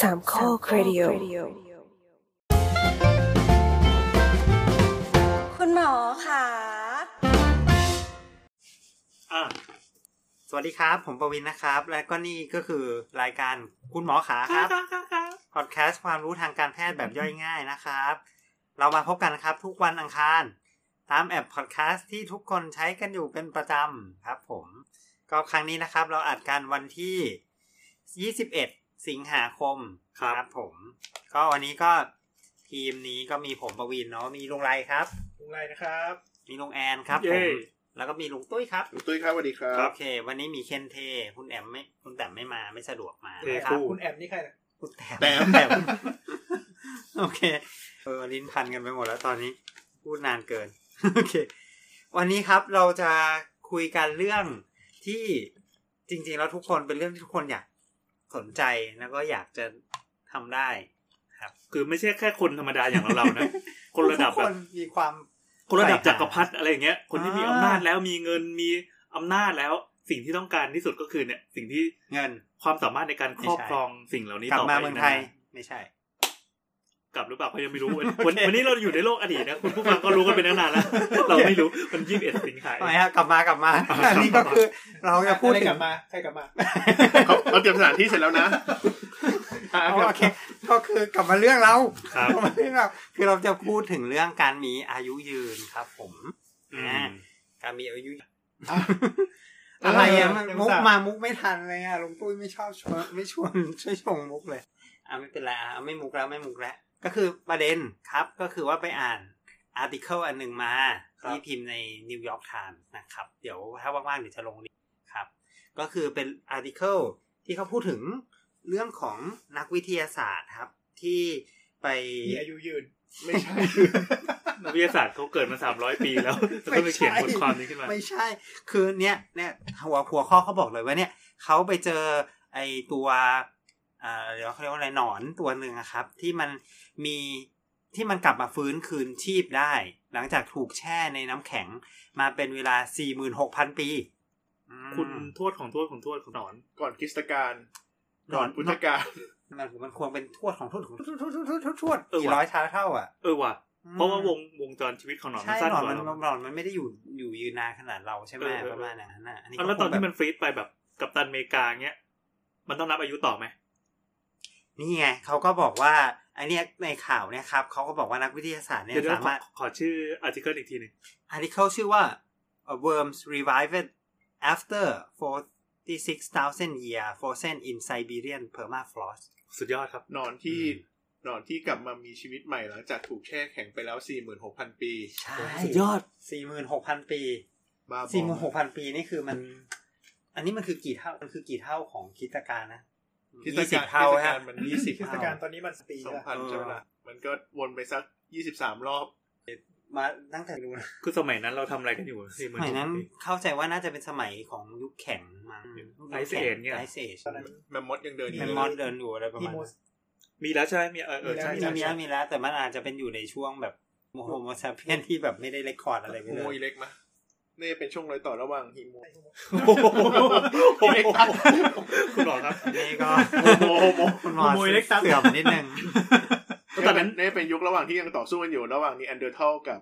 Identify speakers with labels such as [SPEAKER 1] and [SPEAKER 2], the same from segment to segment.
[SPEAKER 1] สามข้อครดิโอ
[SPEAKER 2] คุณหมอค่ะ
[SPEAKER 3] อ่ะสวัสดีครับ ผมประวินนะครับ และก็นี่ก็คือรายการคุณหมอขาครับพอดแคสต์ความรู้ทางการแพทย์แบบย่อยง่ายนะครับ เรามาพบกันครับ ทุกวันอังคาร ตามแอปพอดแคสต์ที่ทุกคนใช้กันอยู่เป็นประจำครับผม ก็ครั้งนี้นะครับ เราอัดกันวันที่ 21 สิงหาคม
[SPEAKER 4] ครับ
[SPEAKER 3] ผม ก็วันนี้ก็ทีมนี้ก็มีผมประวินเนาะมีลุงไรครับ
[SPEAKER 4] ลุงไรนะครับ
[SPEAKER 3] มีลุงแอนครับผ
[SPEAKER 4] เย้
[SPEAKER 3] มแล้วก็มีลุงตุ้ยครับ
[SPEAKER 5] ลุงตุ้ยครับสวัสดีครับ
[SPEAKER 3] โอเค วันนี้มีเคนเท คุณแอมไม่ คุณแต้มไม่มาไม่สะดวกมา
[SPEAKER 4] เท
[SPEAKER 3] นะครั
[SPEAKER 4] คู่
[SPEAKER 3] คุณ
[SPEAKER 4] แอมนี่ใครนะ
[SPEAKER 3] คุณแต้ม
[SPEAKER 5] แต้ม
[SPEAKER 3] แต้มโอเค เออลิ้นพันกันไปหมดแล้วตอนนี้ พูดนานเกิน โอเค วันนี้ครับเราจะคุยกันเรื่องที่จริงๆแล้วทุกคนเป็นเรื่องที่ทุกคนอยากสนใจแล้วก็อยากจะทำได้
[SPEAKER 4] คือไม่ใช่แค่คนธรรมดาอย่างเราๆนะ คนระดับ
[SPEAKER 3] ทุก
[SPEAKER 4] แบ
[SPEAKER 3] ค
[SPEAKER 4] บ
[SPEAKER 3] นมีความ
[SPEAKER 4] คนระดับ
[SPEAKER 3] ใฝ่หา
[SPEAKER 4] จักรพรรดิอะไรอย่างเงี้ย คนที่มี
[SPEAKER 3] อ่า
[SPEAKER 4] อำนาจแล้วมีเงินมีอำนาจแล้ว สิ่งที่ต้องการที่สุดก็คือเนี่ย สิ่งที่
[SPEAKER 3] เงิน
[SPEAKER 4] ความสามารถในการครอบ
[SPEAKER 3] ไม่ใช่
[SPEAKER 4] ครองสิ่งเหล่านี้
[SPEAKER 3] กลับ
[SPEAKER 4] ต่อไป
[SPEAKER 3] มาเมืองไทย
[SPEAKER 4] นะ
[SPEAKER 3] ไม่ใช่
[SPEAKER 4] กลับหรือเปล่าก็ยังไม่รู้วัน
[SPEAKER 3] โอเค
[SPEAKER 4] วันวันนี้เราอยู่ในโลกอดีตนะคุณผู้ฟังก็รู้กันไปนานๆแล้ว เราไม่รู้มันยี่สิบเอ็ดสิงหา
[SPEAKER 3] ทำไมฮะกลับมากลับ มาอันนี้ก็คือเราจะพูดถึง
[SPEAKER 4] ใครกลับมา
[SPEAKER 5] เขาเขาเตรียมสถานที่เสร็จแล้วนะอ่ะ
[SPEAKER 3] อ๋อ
[SPEAKER 5] ครับ
[SPEAKER 3] โอเคก็คือกลับมาเรื่องเรา
[SPEAKER 4] ครับ
[SPEAKER 3] กลับมาเรื่องเรา คือเราจะพูดถึงเรื่องการมีอายุยืนครับ ผมอ่าการมีอายุยืน อะไรอะมันมุกมามุกไม่ทันเลยอะลุงปุ้ยไม่ชอบชวน ไม่ชวนช่วยชงมุกเลยอ่ะไม่เป็นไรอ่ะไม่มุกแล้วไม่มุกแล้ว ก็คือประเด็นครับ ก็คือว่าไปอ่านอาร์ติเคิลอันหนึ่งมาที่พิมพ์ในนิวยอร์กไทม์นะครับ เดี๋ยวถ้าว่างๆเดี๋ยวจะลงลิงก์ครับ ก็คือเป็นอาร์ติเคิลที่เขาพูดถึง เรื่องของนักวิทยาศาสตร์ครับ ที่ไป
[SPEAKER 6] มีอายุยืน ไม่ใช่
[SPEAKER 4] นักวิทยาศาสตร์เขาเกิดมาสามร้อยปีแล้วแล้วก็ไปเขียนบทความนี้ขึ้นมา
[SPEAKER 3] ไม่ใช่ คือเนี้ยเนี่ยหัวหัวข้อเขาบอกเลยว่าเนี่ยเขาไปเจอไอตัวเอ่อเดี๋ยวเขาเรียกว่าอะไรหนอนตัวหนึ่งอะครับ ที่มันมีที่มันกลับมาฟื้นคืนชีพได้ หลังจากถูกแช่ในน้ำแข็งมาเป็นเวลา 46,000 ปีอืม
[SPEAKER 4] คุณทวดของทวดของทวดของหนอน
[SPEAKER 5] ก่อนคริสตกาล
[SPEAKER 3] หน
[SPEAKER 5] ก่
[SPEAKER 3] อ
[SPEAKER 5] อน นพุทธกาล
[SPEAKER 3] มันมันควรเป็นทวดของทวดของทวดทวดทวดทวดทวด
[SPEAKER 4] เออว่ะ
[SPEAKER 3] กี่ร้อยเท่าเท่าอ่ะ
[SPEAKER 4] เออว่ะ เพราะว่าวงวงจรชีวิตของหนอนมัน
[SPEAKER 3] ใช่
[SPEAKER 4] สั้น
[SPEAKER 3] หนอน
[SPEAKER 4] กว่า
[SPEAKER 3] มัน
[SPEAKER 4] เรา
[SPEAKER 3] หนอนมันไม่ได้อยู่อยู่ยืนนานขนาดเราใช่ไหม
[SPEAKER 4] เออเออ
[SPEAKER 3] ประมาณนั้นนะอันนี้
[SPEAKER 4] เอาแล้ว
[SPEAKER 3] ก็
[SPEAKER 4] ตอน
[SPEAKER 3] คง
[SPEAKER 4] ที่
[SPEAKER 3] แบบ
[SPEAKER 4] มันฟรีดไปแบบกัปตันอเมริกาเงี้ย มันต้องนับอายุต่อไหม
[SPEAKER 3] นี่ไงเขาก็บอกว่าไอเนี้ยในข่าวเนี่ยครับเขาก็บอกว่านักวิทยาศาสตร์เนี่ย
[SPEAKER 4] เดี๋ยวเดี๋ยว
[SPEAKER 3] สามารถ
[SPEAKER 4] ขอขอชื่ออาร์ติเคิลอีกทีหนึ่ง
[SPEAKER 3] อันนี้เขาชื่อว่า A worms revived after 46,000 year frozen in Siberian permafrost
[SPEAKER 4] สุดยอดครับ
[SPEAKER 5] หนอนที่หนอนที่กลับมามีชีวิตใหม่หลังจากถูกแช่แข็งไปแล้ว 46,000 ปี
[SPEAKER 3] ใช่
[SPEAKER 4] สุดยอด
[SPEAKER 3] 46,000 ปี
[SPEAKER 5] บ้าบอ
[SPEAKER 3] 46,000 ปีนี่คือมัน อันนี้มันคือกี่เท่า มันคือกี่เท่าของคริดตการนะ
[SPEAKER 5] คริสตกาล
[SPEAKER 3] 20เท่า
[SPEAKER 5] คริสตกา
[SPEAKER 3] ฮะ
[SPEAKER 5] ลมัน 20
[SPEAKER 6] เทศ
[SPEAKER 5] เท่าก
[SPEAKER 6] าลตอนนี้มันปีละ
[SPEAKER 5] 2,000ใช่ไหมล่ะมันก็วนไปสัก 23 รอบ
[SPEAKER 3] มาตั้งแต่นู้น
[SPEAKER 4] คือสมัยนั้นเราทำอะไรกันอยู่สี่ห
[SPEAKER 3] ส
[SPEAKER 4] มื่น
[SPEAKER 3] มัยนั้นเข้าใจว่าน่าจะเป็นสมัยของยุคแข็งมั้ง
[SPEAKER 4] ไอซ์เอจเนี่ย
[SPEAKER 3] ไอซ์เอจ
[SPEAKER 6] ตอนนั้น
[SPEAKER 5] แมมมอสยังเดินอยู่
[SPEAKER 3] แมมมอนเดินอยู่อะไรประ
[SPEAKER 6] อี
[SPEAKER 3] มาณ
[SPEAKER 6] โม
[SPEAKER 3] นั้น
[SPEAKER 4] มีแล้วใช่ไหมมีเออเออใช่
[SPEAKER 3] มี
[SPEAKER 4] ใช่
[SPEAKER 3] แล้วมี
[SPEAKER 4] ใช่
[SPEAKER 3] แล้วมีแล้วแต่มันอาจจะเป็นอยู่ในช่วงแบบโมโหโมซาเพียนที่แบบไม่ได้เรคคอร์ดอะไรไปเล
[SPEAKER 5] โมโม
[SPEAKER 3] ย
[SPEAKER 5] อิเล็กมะนี่เป็นช่วงรอยต่อระหว่างฮิโม
[SPEAKER 4] โอ้โห
[SPEAKER 5] โอ้โห
[SPEAKER 4] คุณหนอนครับ
[SPEAKER 3] นี่ก็
[SPEAKER 4] โมโหโมโห
[SPEAKER 3] คุณหมอ
[SPEAKER 6] โมโหเล็กตัด
[SPEAKER 3] เสื่อมนิดนึง
[SPEAKER 4] แล้วตอนนั้น
[SPEAKER 5] นี่เป็นยุคระหว่างที่ยังต่อสู้กันอยู่ระหว่างนีแอนเดอร์ทัลกับ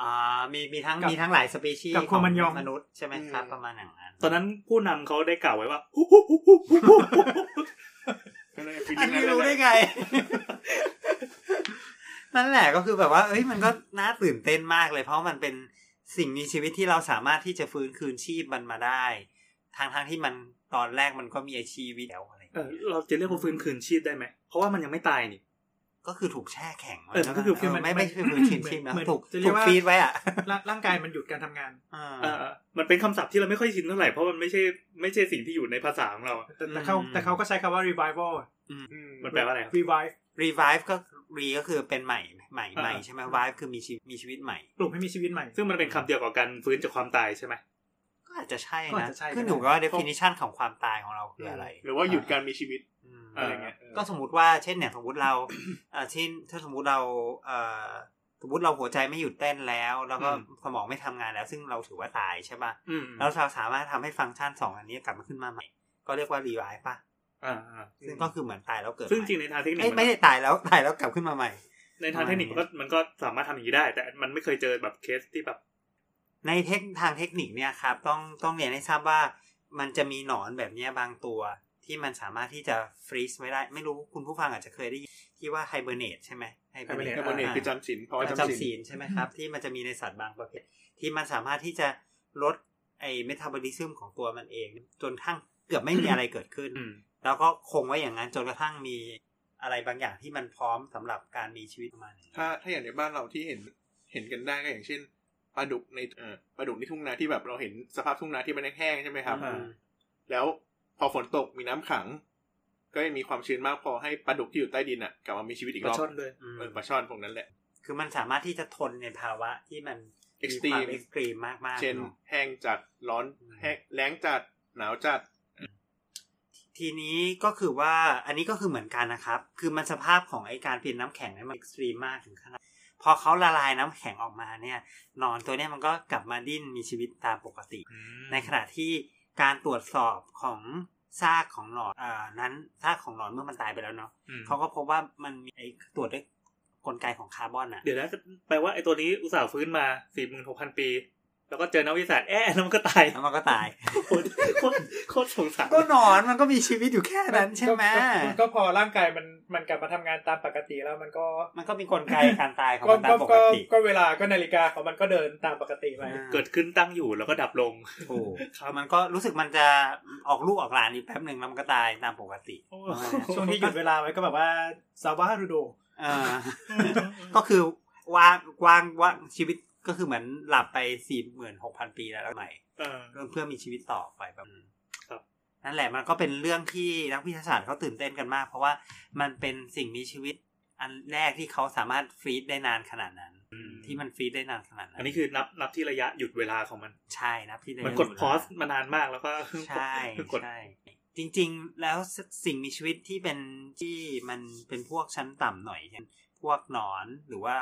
[SPEAKER 3] อ่ามีมีทั้ง
[SPEAKER 6] กับ
[SPEAKER 3] มีทั้งหลายสปีชีส์
[SPEAKER 6] กับโคมันยอง
[SPEAKER 3] มนุษย์ใช่ไหมครับ
[SPEAKER 5] อืม
[SPEAKER 3] ประมาณอย่างนั้น
[SPEAKER 4] ตอนนั้นผู้นำเขาได้กล่าวไว้ว่า
[SPEAKER 5] ก็เลยฟีล
[SPEAKER 3] อั
[SPEAKER 5] ลิ่
[SPEAKER 3] น
[SPEAKER 5] งนั้
[SPEAKER 3] นี้
[SPEAKER 5] น
[SPEAKER 3] รู้
[SPEAKER 5] เล
[SPEAKER 3] ได้
[SPEAKER 5] ย
[SPEAKER 3] ไง นั่นแหละก็คือแบบว่า เอ้ยมันก็น่าตื่นเต้นมากเลย เพราะมันเป็นสิ่งมีชีวิตที่เราสามารถที่จะฟื้นคืนชีพมันมาได้ทางทางๆที่มันตอนแรกมันก็มีชีวิตแล้วอะไรอย่าง
[SPEAKER 4] เออ
[SPEAKER 3] เงี้ย
[SPEAKER 4] เราจะเรียกว่าฟื้นคืนชีพได้ไหม เพราะว่ามันยังไม่ตายนี่
[SPEAKER 3] ก็คือถูกแช่แข็งไว้
[SPEAKER 4] เออมันก็คือ
[SPEAKER 3] แล้ว
[SPEAKER 6] มัน
[SPEAKER 3] ไม่ไม่ใช่ฟื้นคืนชีพนะ
[SPEAKER 6] เหมือน
[SPEAKER 3] ถูก
[SPEAKER 6] จะเรี
[SPEAKER 3] ถู
[SPEAKER 6] ยก
[SPEAKER 3] ก
[SPEAKER 6] ว่า
[SPEAKER 3] ฟีดไว้อะ
[SPEAKER 6] ร่าร่างกายมันหยุดการทำงาน
[SPEAKER 3] อ่า
[SPEAKER 4] เออเออมันเป็นคำศัพท์ที่เราไม่ค่อยชินเท่าไหร่เพราะมันไม่ใช่ไม่ใช่สิ่งที่อยู่ในภาษาของเราอะ
[SPEAKER 6] แต่แต่เขา
[SPEAKER 3] อืม
[SPEAKER 6] แต่เขาก็ใช้คำว่า revival
[SPEAKER 5] อืม
[SPEAKER 4] มันแปลว่าอะไรครับ
[SPEAKER 6] revive
[SPEAKER 3] revive ก็ re ก็คือเป็นใหม่ใหม่
[SPEAKER 4] อ่า
[SPEAKER 3] ใหม่ใช่ไหม vive คือมีชีวิตมีชีวิตใหม่
[SPEAKER 6] ปลุกให้มีชีวิตใหม่
[SPEAKER 4] ซึ่งมันเป็นคำเดียวกับการฟื้นจากความตายใช่ไหม
[SPEAKER 3] ก็อาจจะใช่
[SPEAKER 6] ก็อา
[SPEAKER 3] นะ
[SPEAKER 6] จจะใช่
[SPEAKER 3] ขึ้นอยู่
[SPEAKER 6] ก็
[SPEAKER 3] กับ
[SPEAKER 6] ได้
[SPEAKER 3] ว่า definition ของความตายของเราคืออะไร
[SPEAKER 5] หรือว่าหยุดการมีชีวิต
[SPEAKER 3] อืม
[SPEAKER 4] เอ
[SPEAKER 5] อะไร
[SPEAKER 4] อ
[SPEAKER 5] เงี้ยเออ
[SPEAKER 3] ก็สมมติว่าเช่นเนี่ยสมมติเรา เอ่อเช่นถ้าสมมติเราเอ่อสมมติเราหัวใจไม่หยุดเต้นแล้ว แล้วก็
[SPEAKER 4] อืม
[SPEAKER 3] สมองไม่ทำงานแล้ว ซึ่งเราถือว่าตายใช่ป่ะ
[SPEAKER 4] อืม
[SPEAKER 3] แล้วเราสามารถทำให้ฟังก์ชันสองอันนี้กลับมาขึ้นมาใหม่ ก็เรียกว่า revive ป่ะ
[SPEAKER 4] อ่าอ่า
[SPEAKER 3] ซึ่งก็คือเหมือนตายแล้วเกิด
[SPEAKER 4] ซึ่งจริงในทางเทคนิค
[SPEAKER 3] ไม่
[SPEAKER 4] มัน
[SPEAKER 3] ไม่ได้ตายแล้วตายแล้วกลับขึ้นมาใหม่
[SPEAKER 4] ในทางเทคนิคมันก็มันก็สามารถทำอย่างนี้ได้ แต่มันไม่เคยเจอแบบเคสที่แบบ
[SPEAKER 3] ในเทคทางเทคนิคเนี่ยครับต้องต้องเรียนให้ทราบว่ามันจะมีหนอนแบบเนี้ยบางตัว ที่มันสามารถที่จะฟรีซไว้ได้ ไม่รู้คุณผู้ฟังอาจจะเคยได้ยินที่ว่าไฮเบอร์เนตใช่ไหม
[SPEAKER 6] hibernate
[SPEAKER 5] แต่มันเนี่ยคือจำศีลเพราะว่า
[SPEAKER 3] ประ
[SPEAKER 5] จำ
[SPEAKER 3] จำ
[SPEAKER 5] ศี
[SPEAKER 3] ศี
[SPEAKER 5] ล
[SPEAKER 3] ลใช่ไหมครับ ที่มันจะมีในสัตว์บางประเภท ที่มันสามารถที่จะลดไอเมตาบอลิซึมของตัวมันเอง จนกระทั้งเกือบไม่มีอะไรเกิดขึ้น
[SPEAKER 4] อืม
[SPEAKER 3] แล้วก็คงไว้อย่างนั้นจนกระทั่งมีอะไรบางอย่างที่มันพร้อมสำหรับการมีชีวิตประมาณนี้
[SPEAKER 5] ถ้าถ้าอย่างในบ้านเราที่เห็นเห็นกันได้ก็อย่างเช่นปลาดุกในเอ่อปลาดุกในทุ่งนาที่แบบเราเห็นสภาพทุ่งนาที่มันแห้งๆใช่ไหมครับ
[SPEAKER 4] อ่า
[SPEAKER 5] แล้วพอฝนตกมีน้ำขัง ก็ยังมีความชื้นมากพอให้ปลาดุกที่อยู่ใต้ดินอ่ะกลับมามีชีวิตอีก
[SPEAKER 4] ป
[SPEAKER 5] ร
[SPEAKER 4] ลา
[SPEAKER 5] อบ
[SPEAKER 4] ช่อนด้วย
[SPEAKER 3] อืม
[SPEAKER 5] เออปลาช่อนพวกนั้นแหละ
[SPEAKER 3] คือมันสามารถที่จะทนในภาวะที่มันมีความ
[SPEAKER 5] Extreme
[SPEAKER 3] เอ็กซ์ตรีมมากๆ
[SPEAKER 5] เช่น
[SPEAKER 3] เนอะ
[SPEAKER 5] แห้งจัดร้อน
[SPEAKER 3] อืม
[SPEAKER 5] แห้งแล้งจัดหนาวจัด
[SPEAKER 3] ทีนี้ก็คือว่าอันนี้ก็คือเหมือนกันนะครับ คือมันสภาพของไอการเป็นน้ำแข็งเนี่ยมันเอ็กซ์ตรีมมากถึงขนาดพอเขาละลายน้ำแข็งออกมาเนี่ยหนอนตัวเนี้ยมันก็กลับมาดิ้นมีชีวิตตามปกติ ในขณะที่การตรวจสอบของซากของหนอนอ่านั้นซากของหนอนเมื่อมันตายไปแล้วเนาะ
[SPEAKER 4] อืม
[SPEAKER 3] เขาก็พบว่ามันมีไอตรวจด้วยกลไกของคาร์บอนอะ
[SPEAKER 4] เดี๋ยวนะแปลว่าไอ้ตัวนี้อุตส่าห์ฟื้นมาสี่หมื่นหกพันปี แล้วก็เจอนักวิทยาศาสตร์แอะแล้วมันก็ตาย
[SPEAKER 3] แล้วมันก็ตาย
[SPEAKER 4] โคตรโคตรโคตรสงสาร
[SPEAKER 3] ก็หนอนมันก็มีชีวิตอยู่แค่นั้นใช่ไหม
[SPEAKER 6] ก็ก็ก็พอร่างกายมันมันกลับมาทำงานตามปกติแล้วมันก็
[SPEAKER 3] มันก็มีกลไกการตายของ
[SPEAKER 6] ก็
[SPEAKER 3] มันตา
[SPEAKER 6] ก็
[SPEAKER 3] มป
[SPEAKER 6] ก็
[SPEAKER 3] กติ
[SPEAKER 6] ก็เวลาก็นาฬิกาของมันก็เดินตามปกติไป
[SPEAKER 4] เกิดขึ้นตั้งอยู่แล้วก็ดับลง
[SPEAKER 3] ถูก
[SPEAKER 4] ครับ
[SPEAKER 3] มันก็รู้สึกมันจะออกลูกออกหลานอีกแป๊บหนึ่งแล้วมันก็ตายตามปกติ
[SPEAKER 4] โอ้
[SPEAKER 6] ช่วงที่หยุดเวลาไว้ก็แบบว่าซาวาฮารุโด
[SPEAKER 3] เอ อ ก็คือว่างว่างว่างชีวิตก็คือเหมือนหลับไปสี่หมื่นหกพันปีแล้วใหม่
[SPEAKER 4] เออ
[SPEAKER 3] เพื่อมีชีวิตต่อไปแบบ
[SPEAKER 4] ครับ
[SPEAKER 3] นั่นแหละมันก็เป็นเรื่องที่นักวิทยาศาสตร์เขาตื่นเต้นกันมาก เพราะว่ามันเป็นสิ่งมีชีวิตอันแรกที่เขาสามารถฟรีดได้นานขนาดนั้น ที่มันฟรีดได้นานขนาดนั้น
[SPEAKER 4] อันนี้คือนับนับที่ระยะหยุดเวลาของมัน
[SPEAKER 3] ใช่นะพี่เด
[SPEAKER 4] มันกดพอสมานานมากแล้วก็
[SPEAKER 3] ใช่
[SPEAKER 4] กด
[SPEAKER 3] ใช่จริง ๆ แล้วสิ่งมีชีวิตที่เป็นที่มันเป็นพวกชั้นต่ำหน่อยเช่นพวกหนอนหรือว่า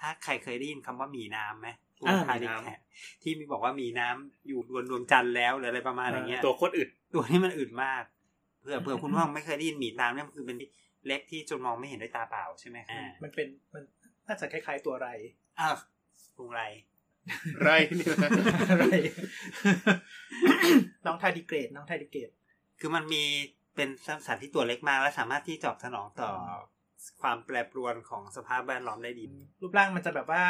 [SPEAKER 3] ถ้าใครเคยได้ยินคำว่าหมีน้ำไหมพวก
[SPEAKER 4] อ่า
[SPEAKER 3] ทา
[SPEAKER 4] หมี
[SPEAKER 3] ริ
[SPEAKER 4] น้ำ
[SPEAKER 3] แคทที่มีบอกว่าหมีน้ำอยู่บนดวงจันทร์แล้วหรืออะไรประมาณอย่างเงี้ย
[SPEAKER 4] ตัวโคตรอึด
[SPEAKER 3] ตัวนี้มันอืดมาก เผื่อเผื่อ คุณว่างไม่เคยได้ยินหมีตามเนี่ยมันคือเป็นเล็กที่จนมองไม่เห็นด้วยตาเปล่าใช่ไหมอ่า
[SPEAKER 6] มันเป็นมัน น่าจะคล้ายๆตัวไร
[SPEAKER 3] อ่ะปรุงไร
[SPEAKER 5] ไรเนี่ยนะ
[SPEAKER 6] ไร น้องทาดิเกรด น้องทาดิเกรด
[SPEAKER 3] คือมันมีเป็นสัตว์ที่ตัวเล็กมากและสามารถที่จอบสนองต่อความแปรปรวนของสภาพแวดล้อมได้ดี
[SPEAKER 6] รูปร่างมันจะแบบว่า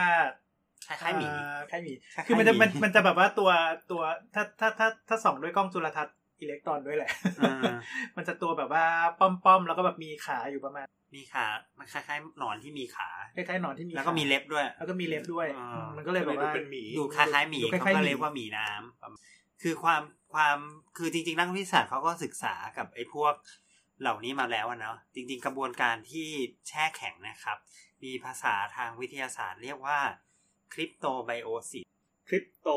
[SPEAKER 3] คล้ายๆหมี
[SPEAKER 6] เอ่อคล้ายหมี
[SPEAKER 3] คล้ายๆ
[SPEAKER 6] คือมันจะ
[SPEAKER 3] หมี
[SPEAKER 6] มันมันจะแบบว่าตัวตัวถ้าถ้าถ้าถ้าส่องด้วยกล้องจุลทรรศน์อิเล็กตรอนด้วยแหละ
[SPEAKER 3] อ่า
[SPEAKER 6] มันจะตัวแบบว่าป้อมๆแล้วก็แบบมีขาอยู่ประมาณ
[SPEAKER 3] มีขา มันคล้ายๆหนอนที่มีขา
[SPEAKER 6] คล้ายๆหนอนที่มี
[SPEAKER 3] แล้วก็มี
[SPEAKER 6] ขา
[SPEAKER 3] เล็บด้วย
[SPEAKER 6] แล้วก็มีเล็บด้วย
[SPEAKER 3] อ่ามั
[SPEAKER 6] มันก็เลยแบบว่า
[SPEAKER 5] ก็เลยดูเป็นหมี
[SPEAKER 3] ดูคล้ายๆหมี
[SPEAKER 6] ดูค
[SPEAKER 3] เขาก็
[SPEAKER 6] ล้ายๆห
[SPEAKER 3] เรี
[SPEAKER 6] มี
[SPEAKER 3] ยกว่าหมีน้ำคือความความคือจริงๆ นักวิทยาศาสตร์เขาก็ศึกษากับไอ้พวกเหล่านี้มาแล้วอะเนาะจริง ๆ กระบวนการที่แช่แข็งนะครับ มีภาษาทางวิทยาศาสตร์เรียกว่าคริปโตไบโอซิส
[SPEAKER 4] คริปโต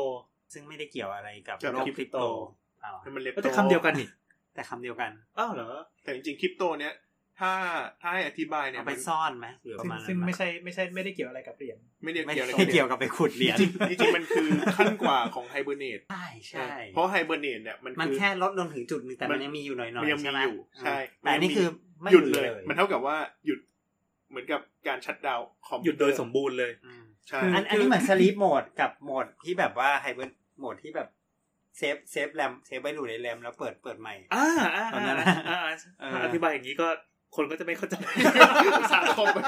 [SPEAKER 3] ซึ่งไม่ได้เกี่ยวอะไรกับ
[SPEAKER 5] กับ
[SPEAKER 3] โลกคริปโต
[SPEAKER 5] crypto
[SPEAKER 3] อ้าว
[SPEAKER 5] มันเล็บ
[SPEAKER 4] ก็จะคำเดียวกันนี่
[SPEAKER 3] แต่คำเดียวกัน
[SPEAKER 4] อ้าวเหรอ
[SPEAKER 5] แต่จริงๆคริปโตเนี้ยถ้าถ้าให้อธิบายเนี่ย
[SPEAKER 3] เอาไป
[SPEAKER 5] มัน
[SPEAKER 3] ซ่อนไหมหรือประ
[SPEAKER 6] ซึ่ง
[SPEAKER 3] มาณนั้น
[SPEAKER 6] ซึ่ง
[SPEAKER 3] ห
[SPEAKER 6] ไม่ใช่ไม่ใช่ไม่ได้เกี่ยวอะไรกับเหรียญ
[SPEAKER 5] ไม่ได้
[SPEAKER 3] ไม่
[SPEAKER 5] เกี่ยวอะไร
[SPEAKER 3] ได้เกี่ยวกับไปขุดเหรียญ
[SPEAKER 5] จริงๆมันคือขั้นกว่าของไฮเบอร์เนต
[SPEAKER 3] ใช่ใช่
[SPEAKER 5] เพราะไฮเบอร์เนตเนี่ยมัน
[SPEAKER 3] มัน
[SPEAKER 5] คือ
[SPEAKER 3] แค่ลดลงถึงจุดหนึงแต่
[SPEAKER 5] มั
[SPEAKER 3] มัน
[SPEAKER 5] น
[SPEAKER 3] ยังมีอยู่หน่อยๆ
[SPEAKER 5] มันยังมี
[SPEAKER 3] ใช่ไหม
[SPEAKER 5] อยู่ใช่
[SPEAKER 3] แต่อัน
[SPEAKER 5] มันยังมี
[SPEAKER 3] นี่คือไม่
[SPEAKER 5] หยุดเลย
[SPEAKER 3] อ
[SPEAKER 5] มันเท่ากับว่าหยุดเหมือนกับการชัดดาวน์คอมพิ
[SPEAKER 4] หยุด
[SPEAKER 5] วเต
[SPEAKER 4] โด
[SPEAKER 5] อร์
[SPEAKER 4] ยสมบูรณ์เลย
[SPEAKER 3] อืม
[SPEAKER 5] ใช่
[SPEAKER 6] คือ
[SPEAKER 3] อันอันนี้เหมือนสลีปโหมดกับโหมดที่แบบว่าไฮเบอร์โหมดที่แบบเซฟเซฟแรมเซฟไว้อยู่ในแรมแล้วเปิดเปิดใหม่
[SPEAKER 4] อ่าอ่า
[SPEAKER 3] ตอนนั้
[SPEAKER 4] อ่าน
[SPEAKER 3] นะ
[SPEAKER 4] อ่า
[SPEAKER 3] เออ
[SPEAKER 4] ถ้า
[SPEAKER 3] อ
[SPEAKER 4] อธิบายอย่างนี้ก็คนก็จะไม่เข้าใจ
[SPEAKER 5] สารคอมไป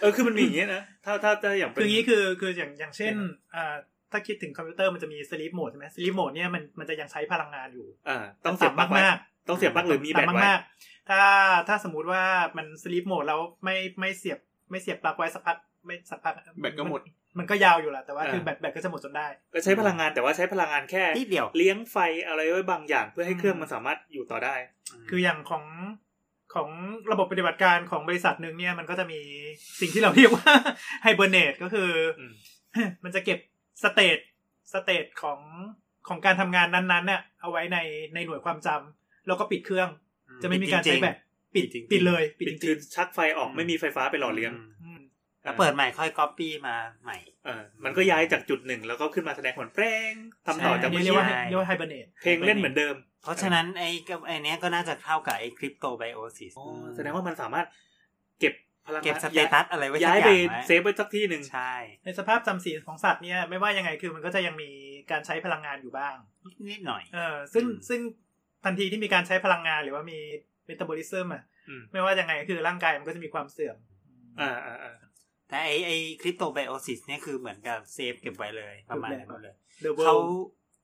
[SPEAKER 4] เออคือมันมีอย่างนี้นะ ถ้าถ้าถ้าอย่างเป็
[SPEAKER 6] คื
[SPEAKER 4] น
[SPEAKER 6] ออย่างนี้คือคืออย่างอย่างเช่น
[SPEAKER 4] ใช่ครับ
[SPEAKER 6] อ่าถ้าคิดถึงคอมพิวเตอร์มันจะมีสลีปโหมดใช่ไหมสลีปโหมดเนี่ยมันมันจะยังใช้พลังงานอยู่
[SPEAKER 4] อ่าต้องเสียบปลั๊กไว้
[SPEAKER 6] ต่ำมาก
[SPEAKER 4] ต้องเสียบปลั๊กหรือมีแบต
[SPEAKER 6] ต่ำ
[SPEAKER 4] ไว้
[SPEAKER 6] มากๆถ้าถ้าสมมุติว่ามันสลีปโหมดแล้วไม่ไม่เสียบไม่เสียบปลั๊กไว้สักพักไม่สักพัก
[SPEAKER 5] แบตก็หมด
[SPEAKER 6] นมันก็ยาวอยู่แหละแต่ว่าคือแบตแบตก็จะหมดจนได้
[SPEAKER 4] ก็ใช้พลังงานแต่ว่าใช้พลังงานแค่
[SPEAKER 3] ที่เดียว
[SPEAKER 4] เลี้ยงไฟอะไรไว้บางอย่างเพื่อให้
[SPEAKER 6] อืม
[SPEAKER 4] เครื่องมันสามารถอยู่ต่อได้
[SPEAKER 6] คืออย่างของของระบบปฏิบัติการของบริษัทหนึ่งเนี่ยมันก็จะมีสิ่งที่เราเรียกว่า ไฮเบอร์เนตก็คือ
[SPEAKER 4] อืม
[SPEAKER 6] มันจะเก็บสเตตสเตตของของการทำงานนั้นๆเนี่ยเอาไว้ในในหน่วยความจำแล้วก็ปิดเครื่อง จะไม่มีการใช้แบตปิด
[SPEAKER 3] จริงๆ
[SPEAKER 6] ปิดเลยปิด
[SPEAKER 4] ปิ
[SPEAKER 6] จ
[SPEAKER 4] ด
[SPEAKER 6] ริ
[SPEAKER 4] คื
[SPEAKER 6] ง
[SPEAKER 4] นชักไฟออกไม่มีไฟฟ้าไปหล่อเลี้ยง
[SPEAKER 3] ม
[SPEAKER 6] ๆอืม
[SPEAKER 3] แล้วเปิดใหม่ค่อยก๊อปปี้มาใหม่
[SPEAKER 4] เออมันก็ย้ายจากจุดหนึ่งแล้วก็ขึ้นมาแสดงผลแปรงทำต่อ
[SPEAKER 3] ใช่
[SPEAKER 4] จาก
[SPEAKER 6] อัน
[SPEAKER 4] เมื่
[SPEAKER 6] นี้
[SPEAKER 4] อ
[SPEAKER 6] เรียก
[SPEAKER 4] กี้
[SPEAKER 6] ว่าเรียกว่าไฮเบอร์เนต
[SPEAKER 4] เพลงเล่นเหมือนเดิม
[SPEAKER 3] เพราะฉะนั้นไอ้กับไอ้เนี้ยก็น่าจะเข้ากับไอ้คริปโตไบโอซิส
[SPEAKER 4] อ๋อแสดงว่ามันสามารถเก็บพลังงาน
[SPEAKER 3] เก็บสเตตัสอะไรไว้สัก
[SPEAKER 4] ย้าย
[SPEAKER 3] อย่าง
[SPEAKER 4] ไป
[SPEAKER 3] ไว้
[SPEAKER 4] เซฟไว้สักที่หนึ่ง
[SPEAKER 3] ใช่
[SPEAKER 6] ในสภาพจำศีลของสัตว์เนี่ยไม่ว่ายังไงคือมันก็จะยังมีการใช้พลังงานอยู่บ้าง
[SPEAKER 3] นิดหน่อย
[SPEAKER 6] เออซึ่ง
[SPEAKER 3] อืม
[SPEAKER 6] ซึ่งทันทีที่มีการใช้พลังงานหรือว่ามีเมตาบอลิซึมอ่ะ
[SPEAKER 4] อืม
[SPEAKER 6] ไม่ว่ายังไงคือร่างกายมันก็จะมีความเสื่อม
[SPEAKER 4] อ่าอ่าอ่า
[SPEAKER 3] แต่ไอ้ไอ้คริปโตไบโอซิสเนี่ยคือเหมือนกับเซฟเก็บไว้เลยประมาณนั้นหมดเลย
[SPEAKER 6] เดอะเวิล
[SPEAKER 3] เขา
[SPEAKER 6] ด์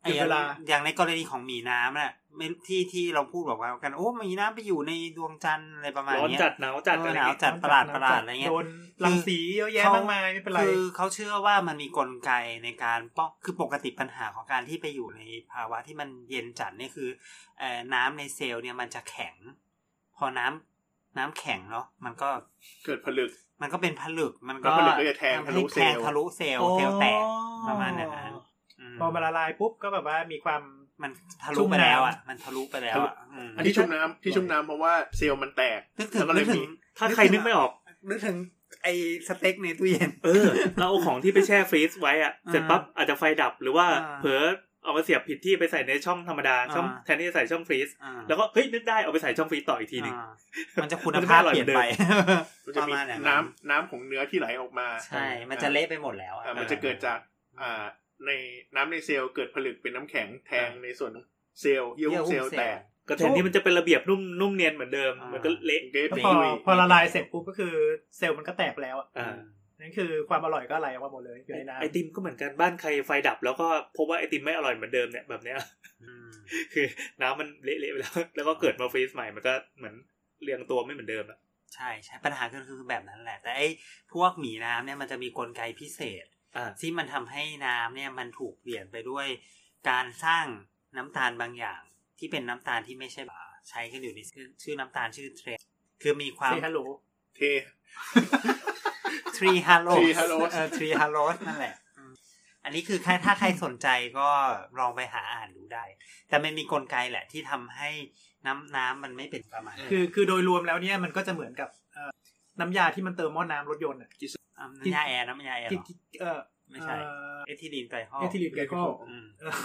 [SPEAKER 3] ไอ้
[SPEAKER 6] เวลา
[SPEAKER 3] อย่างในกรณีของหมีน้ำน่ะไม่ที่ที่เราพูดบอกว่ากันโอ้หมีน้ำไปอยู่ในดวงจันทร์อะไรประมาณ
[SPEAKER 4] ร้อน
[SPEAKER 3] เนี้ย
[SPEAKER 4] จัดหนาวจัด
[SPEAKER 3] เออ
[SPEAKER 4] อะไร
[SPEAKER 3] หนาว
[SPEAKER 4] เงี้ย
[SPEAKER 3] จัดประหลาดประหลาดอะไรเงี้ย
[SPEAKER 6] โดนรังสีเยอะแยะมากมายไม่เป็นไร
[SPEAKER 3] คือเขาเชื่อว่ามันมีกลไกในการป้องคือปกติปัญหาของการที่ไปอยู่ในภาวะที่มันเย็นจัดเนี่ยคือเอ่อน้ำในเซลล์เนี่ยมันจะแข็ง พอน้ำน้ำแข็งเนาะมันก็
[SPEAKER 5] เกิดผลึก
[SPEAKER 3] มันก็เป็นผลึกมันก็
[SPEAKER 5] แล้วผลึกก็จะแทง
[SPEAKER 3] ำให้
[SPEAKER 5] ทะลุเซล
[SPEAKER 3] แท
[SPEAKER 5] ล์
[SPEAKER 3] งทะลุเซลล์เซลล์แตกประมาณนั้นนะอืม
[SPEAKER 6] พอมันละลายปุ๊บก็แบบว่ามีความ
[SPEAKER 3] มันทะ
[SPEAKER 6] ชุ่
[SPEAKER 3] ลุ
[SPEAKER 6] ม
[SPEAKER 3] ไปแล้วอ่ะ
[SPEAKER 6] น้ำ
[SPEAKER 3] มันทะลุไปแล้วอ่ะอืม
[SPEAKER 5] ที่ชุ่มน้ำที่ชุ่มน้ำเพราะว่าเซลล์มันแตก
[SPEAKER 3] นึกถึง
[SPEAKER 5] แล้วก็เล
[SPEAKER 3] นึ
[SPEAKER 5] ย
[SPEAKER 3] กถึ
[SPEAKER 5] มี
[SPEAKER 3] ง
[SPEAKER 4] ถ้าใครนึกไม่ออก
[SPEAKER 3] นึกถึงไอสเต็กในตู้เย็น
[SPEAKER 4] เออ เราเอาของที่ไปแช่ฟรีซไว้อะ
[SPEAKER 3] อ่า
[SPEAKER 4] เสร็จปั๊บอาจจะไฟดับหรือว่า
[SPEAKER 3] อ่า
[SPEAKER 4] เผลอเอามาเสียบผิดที่ไปใส่ในช่องธรรมดาช่อง
[SPEAKER 3] อ่า
[SPEAKER 4] แทนที่จะใส่ช่องฟรีซ
[SPEAKER 3] อ่า
[SPEAKER 4] แล้วก็เฮ้ยนึกได้เอาไปใส่ช่องฟรีซต่ออีกทีหนึ่ง
[SPEAKER 3] อ่ามันจะคุณภาพเปลี่ยนไป
[SPEAKER 5] มันจะมี
[SPEAKER 3] ปรอย่ง
[SPEAKER 5] น้ำน้ำของเนื้อที่ไหลออกมา
[SPEAKER 3] ใช่ มันจะเละไปหมดแล้ว
[SPEAKER 5] อ่ามันจะเกิดจาก อ่า ในน้ำในเซลล์เกิดผลึกเป็นน้ำแข็งแทงในส่วนเซลล์เยื่อหุ้มเซลล์แตก
[SPEAKER 4] กระแทนที่มันจะเป็นระเบียบนุ่มนุ่มเนียนเหมือนเดิม มันก็เละ
[SPEAKER 5] เก
[SPEAKER 6] แล้ว
[SPEAKER 5] เ
[SPEAKER 6] พอพอละลายเสร็จปุ๊บก็คือเซลล์มันก็แตกแล้วอ่ะ
[SPEAKER 4] อ่า
[SPEAKER 6] นั่นคือความอร่อยก็ไหลออกมาหมดเลยอยู่ในน้ำ
[SPEAKER 4] ไอติมก็เหมือนกันบ้านใครไฟดับ แล้วก็พบว่าไอติมไม่อร่อยเหมือนเดิมเนี่ยแบบเนี้ย คือน้ำมันเละๆไปแล้ว แล้วก็เกิดมาฟรีซใหม่มันก็เหมือนเรียงตัวไม่เหมือนเดิมละ
[SPEAKER 3] ใช่ใช่ปัญหาก็คือแบบนั้นแหละ แต่ไอ้พวกหมีน้ำเนี่ยมันจะมีกลไกพิเศษ
[SPEAKER 4] อ่า
[SPEAKER 3] ที่มันทำให้น้ำเนี่ยมันถูกเปลี่ยนไปด้วย การสร้างน้ำตาลบางอย่าง ที่เป็นน้ำตาลที่ไม่ใช่แบบใช้กันอยู่ในชื่อชื่อน้ำตาลชื่อเทรนคือมีความ
[SPEAKER 6] เซฮัลโหล
[SPEAKER 5] เท
[SPEAKER 3] ทรีฮัลโล
[SPEAKER 5] Tree Hallows
[SPEAKER 3] เออทรีฮัลโลนั่นแหละอืมอันนี้คือใครถ้าใครสนใจก็ลองไปหาอ่านดูได้ แต่มันมีกลไกแหละที่ทำให้น้ำน้ำมันไม่เป็นประมาณ
[SPEAKER 6] คือคือโดยรวมแล้วเนี่ยมันก็จะเหมือนกับเอ่อน้ำยาที่มันเติมหม้อน้ำรถยนต์อ่ะ
[SPEAKER 3] น้ำยาแอร์น้ำยาแอร์
[SPEAKER 6] ที่
[SPEAKER 3] เหรอ
[SPEAKER 6] ที่เออ
[SPEAKER 3] ไม่ใช่ เอทิลีนไกลห้อ
[SPEAKER 6] เอทิลีนไกลคอล
[SPEAKER 3] อืม
[SPEAKER 6] เออ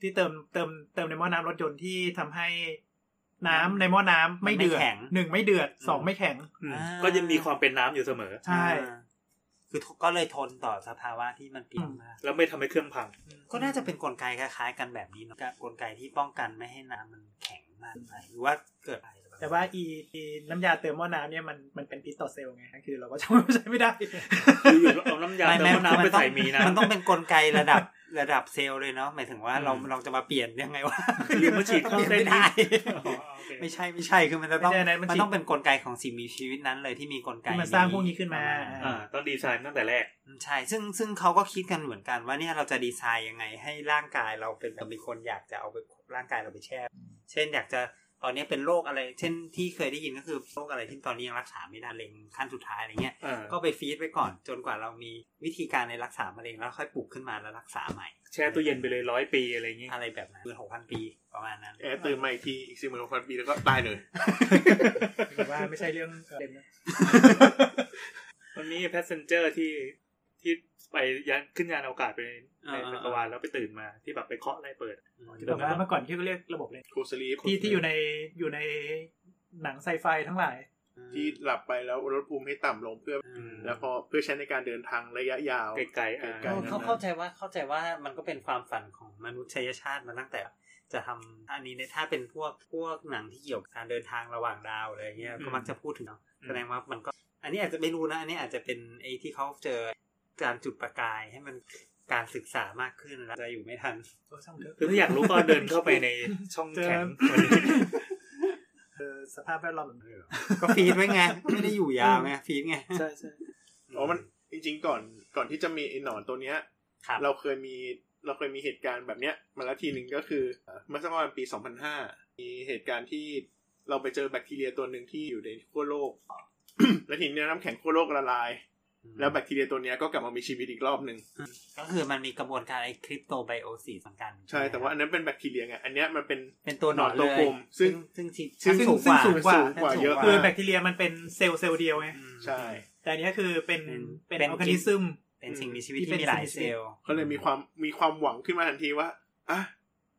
[SPEAKER 6] ที่เติมเติมเติมในหม้อน้ำรถยนต์ที่ทำให้น้ำในหม้อน้ำไม่เดือด
[SPEAKER 3] ไม่แข็ง
[SPEAKER 6] หนึ่งไม่เดือดสอง
[SPEAKER 3] อืม
[SPEAKER 6] ไม่แข็ง
[SPEAKER 4] อืม
[SPEAKER 3] อ่า
[SPEAKER 4] ก็ยังมีความเป็นน้ำอยู่เสมอ
[SPEAKER 6] ใช่
[SPEAKER 3] อ่าคือก็เลยทนต่อสภาวะที่มันเปลี่ยนมาก
[SPEAKER 4] แล้วไม่ทำให้เครื่องพัง
[SPEAKER 3] ก็น่าจะเป็นกลไกคล้ายๆ กันแบบนี้เนอะกับกลไกที่ป้องกันไม่ให้น้ำมันแข็งมากไปหรือว่าเกิดอะไร
[SPEAKER 6] แต่ว่าอีอีน้ำยาเติมหม้อน้ำเนี่ยมันมันเป็นพิษต่อเซลล์ไงคือเราก็ใช้ใช้ไม่ได้
[SPEAKER 4] อยู่ๆเอาน้ำยา
[SPEAKER 3] ไม่
[SPEAKER 4] เติ
[SPEAKER 3] แม่
[SPEAKER 4] มน้ำไปใส่หมีน้ำ
[SPEAKER 3] มันต้องเป็นกลไกระดับ ระดับเซลล์เลยเนาะหมายถึงว่าเรา
[SPEAKER 4] อืม
[SPEAKER 3] เราจะมาเปลี่ยนยังไงวะ
[SPEAKER 4] หรือมาฉีดเข้า
[SPEAKER 3] เปลี่ยน ไม่
[SPEAKER 4] เส้นนี้
[SPEAKER 3] ได้
[SPEAKER 4] อ๋อโอเค
[SPEAKER 3] ไม่ใช่ไม่ใช่คือมันจะต้อง
[SPEAKER 6] ไม่ใช่นะมันฉีด
[SPEAKER 3] มันต้องเป็นกลไกของสิ่งมีชีวิตนั้นเลยที่มีกลไก
[SPEAKER 6] ที่มาสร้างพวกนี้ขึ้นมา
[SPEAKER 4] อ่าต้องดีไซน์ตั้งแต่แรก
[SPEAKER 3] ใช่ซึ่งซึ่งเขาก็คิดกันเหมือนกันว่าเนี่ยเราจะดีไซน์ยังไง ให้ร่างกายเราเป็นแบบมีคนอยากจะเอาไปร่างกายเราไปแช่ เช่นอยากจะตอนนี้เป็นโรคอะไร เช่นที่เคยได้ยินก็คือโรคอะไรที่ตอนนี้ยังรักษาไม่ได้เล็งขั้นสุดท้ายอะไรเงี้ย
[SPEAKER 4] อ่า
[SPEAKER 3] ก็ไปฟีดไว้ก่อนจนกว่าเรามีวิธีการในรักษามะเร็งแล้วค่อยปลูกขึ้นมาแล้วรักษาใหม่
[SPEAKER 4] แช่ตู้เย็นไปเลยร้อยปีอะไรอย่างงี้
[SPEAKER 3] อะไรแบบนั้นคือหกพันปีประมาณนั้น
[SPEAKER 5] แอร์ตื่นมาอีกทีอีกสี่หมื่นหกพันปีแล้วก็ตายเลย
[SPEAKER 6] หรือว่าไม่ใช่เรื่องเต็มนะ
[SPEAKER 4] มันมี passenger ที่ที่ไปยันขึ้นยานอวกาศไปในจักรวาลแล้วไปตื่นมาที่แบบไปเคาะอะไรเปิด
[SPEAKER 6] แต่ว่าเมื่อก่อนที่เขาเรียกระบบเลย
[SPEAKER 5] ครูสลีฟ
[SPEAKER 6] ที่ที่อยู่ในอยู่ในหนังไซไฟทั้งหลาย
[SPEAKER 5] ที่หลับไปแล้วลดภูมิให้ต่ำลงเพื่อ
[SPEAKER 3] อืม
[SPEAKER 5] แล้วพอเพื่อใช้ในการเดินทางระยะยาว
[SPEAKER 4] ไกลๆอ่า
[SPEAKER 5] ไกล
[SPEAKER 3] เออเขาเข้าใจว่าเข้าใจว่ามันก็เป็นความฝันของมนุษยชาติมาตั้งแต่ จะทำอันนี้ในยถ้าเป็นพวกพวกหนังที่เกี่ยวกับการเดินทางระหว่างดาวอะไรเงี้ยก็มักจะพูดถึงเนาะแสดงว่ามันก็ อันนี้อาจจะไม่รู้นะอันนี้อาจจะเป็นไอ้ที่เขาเจอการจุดประกายให้มันการศึกษามากขึ้นแล้วจะอยู่ไม่ทัน
[SPEAKER 4] คือถ้าอยากรู้ก็เดินเข้าไปในช่องแข็ง
[SPEAKER 6] เจอ
[SPEAKER 4] วันนี้
[SPEAKER 6] เออสภาพแวดล้อมแบบนั้น
[SPEAKER 3] ก็ฟีดไว้ไงไม่ได้อยู่ยาวไงฟีดไง
[SPEAKER 4] ใช่ใช่
[SPEAKER 5] อ๋อมันจริง ๆ ก่อนก่อนที่จะมีไอ้หนอนตัวเนี้ย
[SPEAKER 3] ครับ
[SPEAKER 5] เราเคยมีเราเคยมีเหตุการณ์แบบเนี้ยมาแล้วทีหนึ่งก็คือเมื่อสักประมาณปี 2005 มีเหตุการณ์ที่เราไปเจอแบคทีเรียตัวหนึ่งที่อยู่ในขั้วโลก แล้วทีเนี้ยน้ำแข็งขั้วโลกละลาย แล้วแบคทีเรียตัวเนี้ยก็กลับมามีชีวิตอีกรอบหนึ่ง
[SPEAKER 3] ก็คือมันมีกระบวนการไอ้คริปโตไบโอซีสเหมือนกัน
[SPEAKER 5] ใช่แต่ว่าอันนั้นเป็นแบคทีเรียไงอันเนี้ยมันเป็น
[SPEAKER 3] เป็นตัวหนอน
[SPEAKER 5] หนอนตัว
[SPEAKER 3] เลย
[SPEAKER 5] กลมซึ่ง
[SPEAKER 3] ซึ่งที่
[SPEAKER 5] ซึ่ง
[SPEAKER 3] สูงก
[SPEAKER 5] ซึ่ง
[SPEAKER 3] ว่า
[SPEAKER 5] สูงกว่าสูงกว่าเยอะ
[SPEAKER 6] คือแบคทีเรียมันเป็นเซลล์เซลล์เดียวไง
[SPEAKER 5] ใช่
[SPEAKER 6] แต่อันเนี้ยคือเป็น
[SPEAKER 3] เป็
[SPEAKER 6] เป็นน
[SPEAKER 3] เป็
[SPEAKER 6] อน อร์แกนิซึม
[SPEAKER 3] เป็นสิ่งมีชีวิตที่มีหลายเซลล์
[SPEAKER 5] ก็เลยมีความมีความหวังขึ้นมาทันทีว่าอ่ะ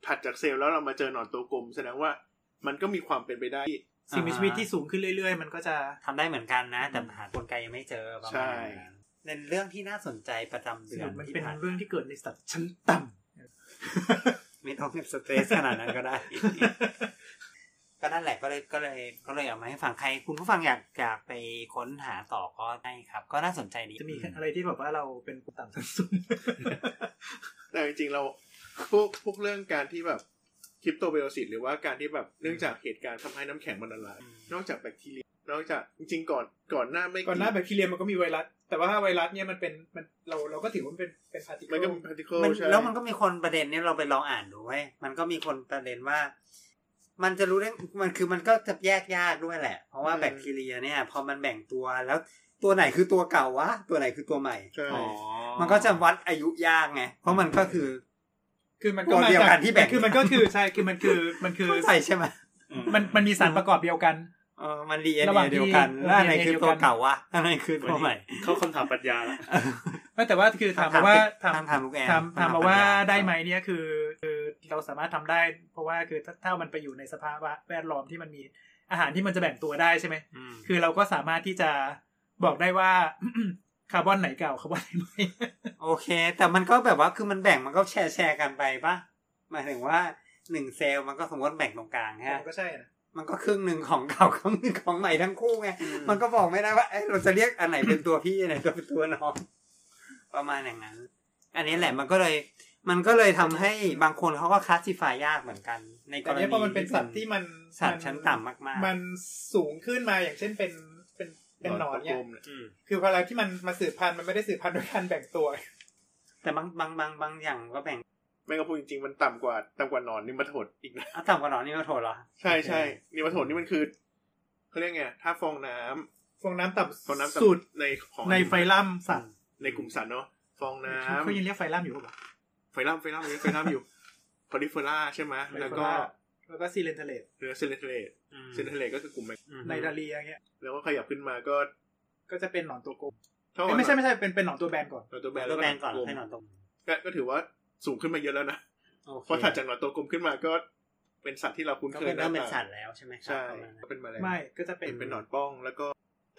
[SPEAKER 5] ท ถัดจากเซลล์แล้วเรามาเจอหนอนตัวกลม แสดงว่ามันก็มีความเป็นไปได้
[SPEAKER 6] สิ่งมีชีวิตที่สูงขึ้นเรื่อย ๆ มันก็จะ
[SPEAKER 3] ทำได้เหมือนกันนะ แต่หากลไกยังไม่เจอประมาณ
[SPEAKER 5] ใช่
[SPEAKER 3] นั้นเป็นเรื่องที่น่าสนใจประจำเดือน
[SPEAKER 6] มัน
[SPEAKER 3] ที่
[SPEAKER 6] เป็น
[SPEAKER 3] ผ่าน
[SPEAKER 6] เรื่องที่เกิดในสัตว์ชั้นต่ำ
[SPEAKER 3] ไม่ต้องสเตร สขนาดนั้นก็ได้ ก็นั่นแหละก็เลยก็เลยก็เลยเอามาให้ฟังใคร คุณผู้ฟังอยากอยากไปค้นหาต่อก็ได้ครับ ก็น่าสนใจดี
[SPEAKER 6] จะมีอะไรที่แบบว่าเราเป็นกลุ่มต่ำ ชั้นสูง
[SPEAKER 5] แต่จริงๆเราพวกพวกเรื่องการที่แบบคริปโตเบโอซิสหรือว่าการที่แบบเนื่องจากเหตุการณ์ทำให้น้ำแข็งมันละลาย
[SPEAKER 3] อืม
[SPEAKER 5] นอกจากแบคทีเรียนอกจากจริงๆก่อนก่อนหน้าไม่
[SPEAKER 6] ก่อนหน้าแบคทีเรียมันก็มีไวรัส แต่ว่าไวรัสเนี่ยมันเป็นมันเราเราก็ถือว่ามันเป็นเป็นพาร์ติเคิล
[SPEAKER 5] มันก็เป็นพาร์ติเคิล
[SPEAKER 3] มัน
[SPEAKER 5] ใช่
[SPEAKER 3] แล้วมันก็มีคนประเด็นเนี้ยเราไปลองอ่านดูเว้ยมันก็มีคนประเด็นว่า มันจะรู้ได้มันคือมันก็จะแยกยากด้วยแหละ เพราะว่า
[SPEAKER 5] อืม
[SPEAKER 3] แบคทีเรียเนี่ย พอมันแบ่งตัวแล้วตัวไหนคือตัวเก่าวะ ตัวไหนคือตัวใหม่
[SPEAKER 5] ใช่
[SPEAKER 1] อ๋อ
[SPEAKER 3] มันก็จะวัดอายุยากไง เพราะมันก็คือ
[SPEAKER 6] คือมันก็
[SPEAKER 3] ตัว
[SPEAKER 6] มา
[SPEAKER 3] เดียว
[SPEAKER 6] จาก
[SPEAKER 3] กันที่แบ่ง
[SPEAKER 6] คือมันก็คือใช่คือมันคือมันคือ
[SPEAKER 3] เข้าใจใช่ไหม
[SPEAKER 1] อื
[SPEAKER 6] มันมันมีสารประกอบเดียวกัน
[SPEAKER 3] เออมันดีเอ็น
[SPEAKER 6] ระหว่างที่
[SPEAKER 3] เดียวกันแล้วอันไหน
[SPEAKER 6] DNA
[SPEAKER 3] คือตัวเก่าวะอันไหนคือตัวใหม่
[SPEAKER 4] เข้าคำถามปรัชญาละ
[SPEAKER 6] ไม่แต่ว่าคือถามมาว่าถาม
[SPEAKER 3] ถามถามลูกแอน
[SPEAKER 6] ถามถามมาว่าได้ไหมเนี่ยคือคือเราสามารถทำได้ เพราะว่าคือถ้าถ้ามันไปอยู่ในสภาพแวดล้อมที่มันมีอาหารที่มันจะแบ่งตัวได้ใช่ไหม
[SPEAKER 3] อืม
[SPEAKER 6] คือเราก็สามารถที่จะบอกได้ว่า คาร์บอนไหนเก่าคาร์บอนไหนใหม่
[SPEAKER 3] โอเค แต่มันก็แบบว่าคือมันแบ่งมันก็แชร์แชร์กันไปปะหมายถึงว่าหนึ่งเซลล์มันก็สมมติแบ่งตรงกลางฮะ
[SPEAKER 6] ก็ใช่นะ
[SPEAKER 3] มันก็ครึ่งหนึ่งของเก่าครึ่งหนึ่งของใหม่ทั้งคู่ไง มันก็บอกไม่ได้ว่าเอ๊ะเราจะเรียกอันไหนเป็นตัวพี่ อันไหนตัวเป็นตัวน้อง ประมาณอย่างนั้น อันนี้แหละมันก็เลย มันก็เลยทำให้บางคนเขาก็คลาสสิฟายยากเหมือนกัน ในก
[SPEAKER 6] แต่
[SPEAKER 3] รณี
[SPEAKER 6] เนี้ยพอมันเป็นสัตว์ที่มัน
[SPEAKER 3] สัตว์ชั้นต่ำมากๆ
[SPEAKER 6] มันสูงขึ้นมาอย่างเช่นเป็นเป็นเป็นหนอน
[SPEAKER 5] ตัวก
[SPEAKER 6] เนี่
[SPEAKER 5] ล
[SPEAKER 6] ย
[SPEAKER 5] มเนี่ย
[SPEAKER 6] คือพอเราที่มันมาสืบพันธุ์มันไม่ได้สืบพันธุ์ด้วยการแบ่งตัว
[SPEAKER 3] แต่บางบางบางบางอย่างก็แบ่ง
[SPEAKER 5] แม่งก็พูดจริงๆ มันต่ำกว่าต่ำกว่าหนอนนิมโถดอีกนะ
[SPEAKER 3] เอาต่ำกว่าหนอนนี่มาโถเหรอ
[SPEAKER 5] ใช่ใช่นิมโถดนี่มันคือเขาเรียกไงถ้าฟองน้ำ
[SPEAKER 6] ฟองน้ำต่
[SPEAKER 5] ฟองน้ำ
[SPEAKER 6] ำ
[SPEAKER 5] กับ
[SPEAKER 6] สุด
[SPEAKER 5] ในของ
[SPEAKER 6] ในไฟลัมสัตว์
[SPEAKER 5] ในกลุ่มสัตว์เนาะฟองน้ำ
[SPEAKER 6] เขายังเรียกไฟลัมอยู่ป่ะ
[SPEAKER 5] ไฟล่ำไฟล่ำยังไฟล่ำอยู่คอลิฟอร่าใช่ไหมแล้วก็
[SPEAKER 6] แล้วก็ซีเลนเทเลต
[SPEAKER 5] เนื้อเซเลเทเลตเซเลเทเลตก็คือกลุ่มแมง
[SPEAKER 6] ไนดาเรียเงี้ย
[SPEAKER 5] แล้วก็ขยับขึ้นมาก็
[SPEAKER 6] ก็จะเป็นหนอนตัวโกง
[SPEAKER 5] เท่า
[SPEAKER 6] เอ้ยไม่ใช่ไม่ใช่เป็นเป็นหนอนตัวแบนก่อน
[SPEAKER 5] หนอนตัวแบ
[SPEAKER 3] แบ่ง
[SPEAKER 5] น
[SPEAKER 3] ตั
[SPEAKER 5] แล้ว วก็
[SPEAKER 3] แบ่งก่อน
[SPEAKER 5] กลม
[SPEAKER 3] ให้หนอนตรง
[SPEAKER 5] ก็ก็ถือว่าสูงขึ้นมาเยอะแล้วนะ
[SPEAKER 3] โอเค
[SPEAKER 5] พอถัดจากหนอนตัวกลมขึ้นมาก็เป็นสัตว์ที่เราคุ้น
[SPEAKER 3] ก็
[SPEAKER 5] เคย
[SPEAKER 3] เป็น
[SPEAKER 5] หา
[SPEAKER 3] เริ่มเป็น
[SPEAKER 5] ตา
[SPEAKER 3] สัตว์แล้วใช่ไหมครั
[SPEAKER 5] ใช่
[SPEAKER 3] ประมาณนั้น
[SPEAKER 5] ก็เป็นแมลง
[SPEAKER 6] ไม่ก็จะเป็น
[SPEAKER 5] เป็นเป็นหนอนป้องแล้วก็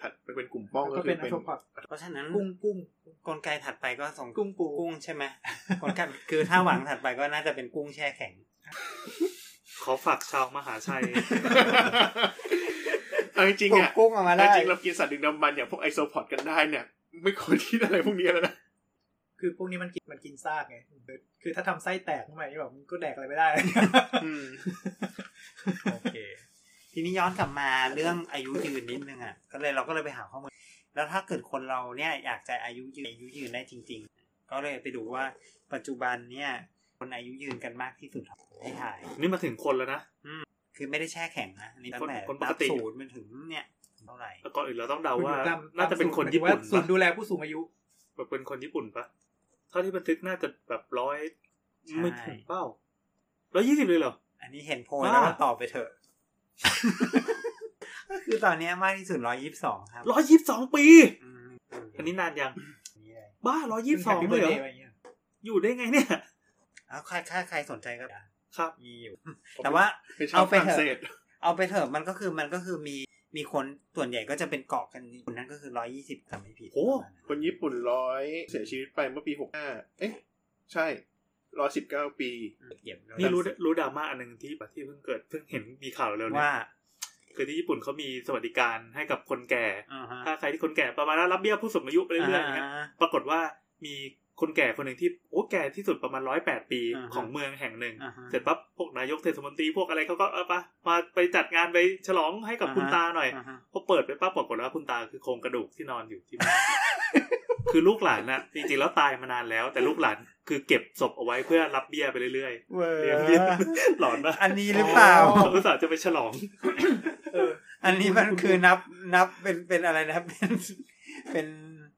[SPEAKER 5] ถัดไปเป็นกลุ่มป้อง
[SPEAKER 6] ก็
[SPEAKER 5] ก็คื
[SPEAKER 6] เป็น
[SPEAKER 5] อ
[SPEAKER 6] อั
[SPEAKER 5] เป็น
[SPEAKER 6] โทรพอด
[SPEAKER 3] เพราะฉะนั้น
[SPEAKER 6] กุ้งกุ้ง
[SPEAKER 3] กลไกถัดไปก็ส่ง
[SPEAKER 6] กุ้งปู
[SPEAKER 3] กุ้งใช่ไหมกลไกคือถ้าหวังถัดไปก็น่าจะเป็นกุ้งแช่แข็ง
[SPEAKER 4] ขอฝากชาวมหาชัย
[SPEAKER 5] เอาจริง
[SPEAKER 3] ป
[SPEAKER 5] ๆ
[SPEAKER 3] ลู
[SPEAKER 5] อ่ะ
[SPEAKER 3] กกุ้งออกมาได้
[SPEAKER 5] จริงๆเรากินสัตว์ดึกดำบรรพ์อย่างพวกไอโซพอดกันได้เนี่ย ไม่ควรที่อะไรพวกนี้แล้วนะ
[SPEAKER 6] คือพวกนี้มันกินมันกินซากไง คือถ้าทำไส้แตกขึ้นมานี่แบบมันก็แดกอะไรไม่ได้
[SPEAKER 3] โอเค ทีนี้ย้อนกลับมาเรื่องอายุยืนนิดนึงอ่ะ ก็เลยเราก็เลยไปหาข้อมูล แล้วถ้าเกิดคนเราเนี่ยอยากจะอายุยืนอายุยืนได้จริง ๆ ก็เลยไปดูว่าปัจจุบันเนี่ยคนอายุยืนกันมากที่สุดที่ถ่าย
[SPEAKER 4] นี่มาถึงคนแล้วนะ
[SPEAKER 3] คือไม่ได้แช่แข็งนะอันนี้
[SPEAKER 4] คน
[SPEAKER 3] ตั้งแต่
[SPEAKER 4] คนป
[SPEAKER 3] นั
[SPEAKER 4] ก
[SPEAKER 3] บ
[SPEAKER 4] ติ
[SPEAKER 3] ศูนย์มันถึงเนี่ยเท่าไหร่
[SPEAKER 4] ก่อนอื่นเราต้องเดา ว่า
[SPEAKER 6] คุณอยู่ตม
[SPEAKER 4] น่าจะเป็นคนญี่ปุ่น
[SPEAKER 6] หมายถึงว่าศูน
[SPEAKER 4] ปะ
[SPEAKER 6] ย์ดูแลผู้สูงอายุ
[SPEAKER 4] แบบเป็นคนญี่ปุ่นปะเท่าที่บันทึกน่าจะแบบร้อยไม่ถึงเป้าร้อยยี่สิบเลยเหรอ
[SPEAKER 3] อันนี้เห็นโพลแล้วก็ตอบไปเถอะ ก็คือตอนเนี้ยมากที่สุดร้อยยี่สิบสองครับ
[SPEAKER 4] ร้อยยี่สิบสองปี
[SPEAKER 3] อืม
[SPEAKER 4] อันนี้นานยัง
[SPEAKER 3] อันนี้เลย
[SPEAKER 4] บ้าร้อยยี่สิบสองเลยเหรอ อยู่ได้ไงเนี่ย
[SPEAKER 3] เอ้าใครใครใครสนใจก็
[SPEAKER 4] ครับ
[SPEAKER 3] มีอยู่ แต่ว่า
[SPEAKER 5] เป็นชาวฝรั่งเศส
[SPEAKER 3] เอาไปเถอะมันก็คือมันก็คือมีมีคนส่วนใหญ่ก็จะเป็นเกาะกันคนนั้นก็คือร้อยยี่สิบจำไม่ผิด
[SPEAKER 4] โอ้
[SPEAKER 5] คนญี่ปุ่นร้อยเสียชีวิตไปเมื่อปีหกห้าเอ๊ะ ใช่ร้อยสิบเก้าปี
[SPEAKER 3] เหยียบ
[SPEAKER 4] นี่รู้ได้รู้ดราม่าอันหนึ่งที่ที่เพิ่งเกิดเพิ่งเห็นมีข่าวเร็วๆเนี่ย
[SPEAKER 3] ว่า
[SPEAKER 4] คือที่ญี่ปุ่นเขามีสวัสดิการให้กับคนแก่
[SPEAKER 3] อ่าฮะ
[SPEAKER 4] ถ้าใครที่คนแก่ประมาณนั้นรับเบี้ยผู้สูงอายุไปเรื่อยๆอย่างเงี้ย
[SPEAKER 3] า
[SPEAKER 4] ปรากฏว่ามีคนแก่คนหนึ่งที่โอ้แก่ที่สุดประมาณร้อยแปดปี
[SPEAKER 3] อ่าฮะ
[SPEAKER 4] ของเมืองแห่งหนึ่ง
[SPEAKER 3] อ่าฮะ
[SPEAKER 4] เสร็จปั๊บพวกนายกเทศมนตรีพวกอะไรเขาก็เออปะมาไปจัดงานไปฉลองให้กับ
[SPEAKER 3] อ่าฮะ
[SPEAKER 4] คุณตาหน่อย
[SPEAKER 3] อ่าฮะ
[SPEAKER 4] พอเปิดไปปั๊บปรากฏว่าคุณตาคือโครงกระดูกที่นอนอยู่ที่บ้าน คือลูกหลานน่ะจริงๆแล้วตายมานานแล้ว แต่ลูกหลานคือเก็บศพเอาไว้เพื่อรับเบี้ยไปเรื่อย
[SPEAKER 3] เว้
[SPEAKER 4] ๆ
[SPEAKER 3] ย
[SPEAKER 4] เลี้ยงเบี้ย หลอนปะ
[SPEAKER 3] อันนี้หรือเปล่า
[SPEAKER 4] อุตส่าห์จะไปฉลอง
[SPEAKER 3] อันนี้มันคือนับนับเป็นเป็นอะไรนะ เป็นเป็น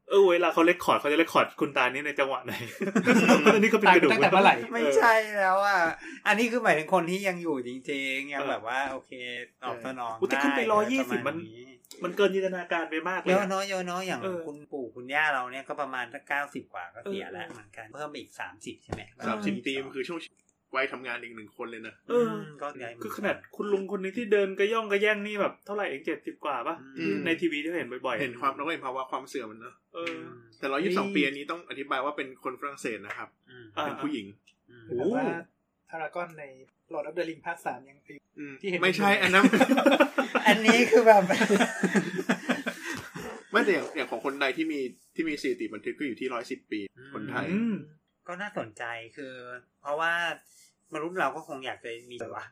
[SPEAKER 4] เออเวลาเขาเลคคอร์ดเขาจะเลคคอร์ดคุณตานี่ในจังหวะไหน อันนี้ก็เป็น
[SPEAKER 6] ตาย
[SPEAKER 4] กระดูก
[SPEAKER 6] ตั้งแต่เมื่อไหร่
[SPEAKER 3] ไม่ใช่แล้วอ่ะอันนี้คือหมายถึงคนที่ยังอยู่จริงๆยัง
[SPEAKER 4] เออ
[SPEAKER 3] แบบว่า โอเคตอบสนอง
[SPEAKER 4] อุ๊ยแต่ขึ้นไป
[SPEAKER 3] ด้
[SPEAKER 4] 120
[SPEAKER 3] ะาณ
[SPEAKER 4] มัน มันเกินจินตนาการไปมากเล
[SPEAKER 3] เย
[SPEAKER 4] ย
[SPEAKER 3] อะ
[SPEAKER 4] อะ
[SPEAKER 3] เนาะเยอะเนาะอย่าง
[SPEAKER 4] เออ
[SPEAKER 3] คุณปู่คุณย่าเราเนี่ยก็ประมาณสักเก้าสิบกว่าก็เสีย
[SPEAKER 4] เออ
[SPEAKER 3] แล้วเหมือนกันเพิ่มไปอีกสามสิบใช่ไหม
[SPEAKER 5] สามสิบปีมันคือช่วง วัยทำงานอีกหนึ่งคนเลยนะ
[SPEAKER 4] เออ
[SPEAKER 3] ก็ใหญ่เหมืนกัน
[SPEAKER 4] คือขนาดคุณลุงคนนี้ที่เดินกระย่องกระแย่งนี่แบบเท่าไหร่เองเจ็ดสิบกว่าปะ
[SPEAKER 3] อืม
[SPEAKER 4] ในทีวีที่เห็นบ่อยๆ
[SPEAKER 5] เห็นความเราก็เห็นภาวะความเสื่อมมันเนอะ
[SPEAKER 4] เออ
[SPEAKER 5] แต่ร้อยยี่สิบสองปีอันนี้ต้องอธิบายว่าเป็นคนฝรั่งเศสนะครับ
[SPEAKER 3] อืม
[SPEAKER 4] อ่า
[SPEAKER 5] เป็นผู้หญิง
[SPEAKER 3] อืม
[SPEAKER 4] โอ้
[SPEAKER 6] แต่ว่าทารากอนใน Lord of the Ring ภาคสามยังอายุ
[SPEAKER 5] อืม
[SPEAKER 6] ที่เห็น
[SPEAKER 5] ไม่ใช่อันนั้น
[SPEAKER 3] อันนี้คือแบบ
[SPEAKER 5] ไม่แต่อย่างอย่างของคนไทยที่มีที่มีสถิติบันทึกก็อยู่ที่ร้อยสิบปี คนไทย
[SPEAKER 4] อืม
[SPEAKER 3] ก็น่าสนใจคือ เพราะว่ามนุษย์เราก็คงอยากจะมี แต่ว่า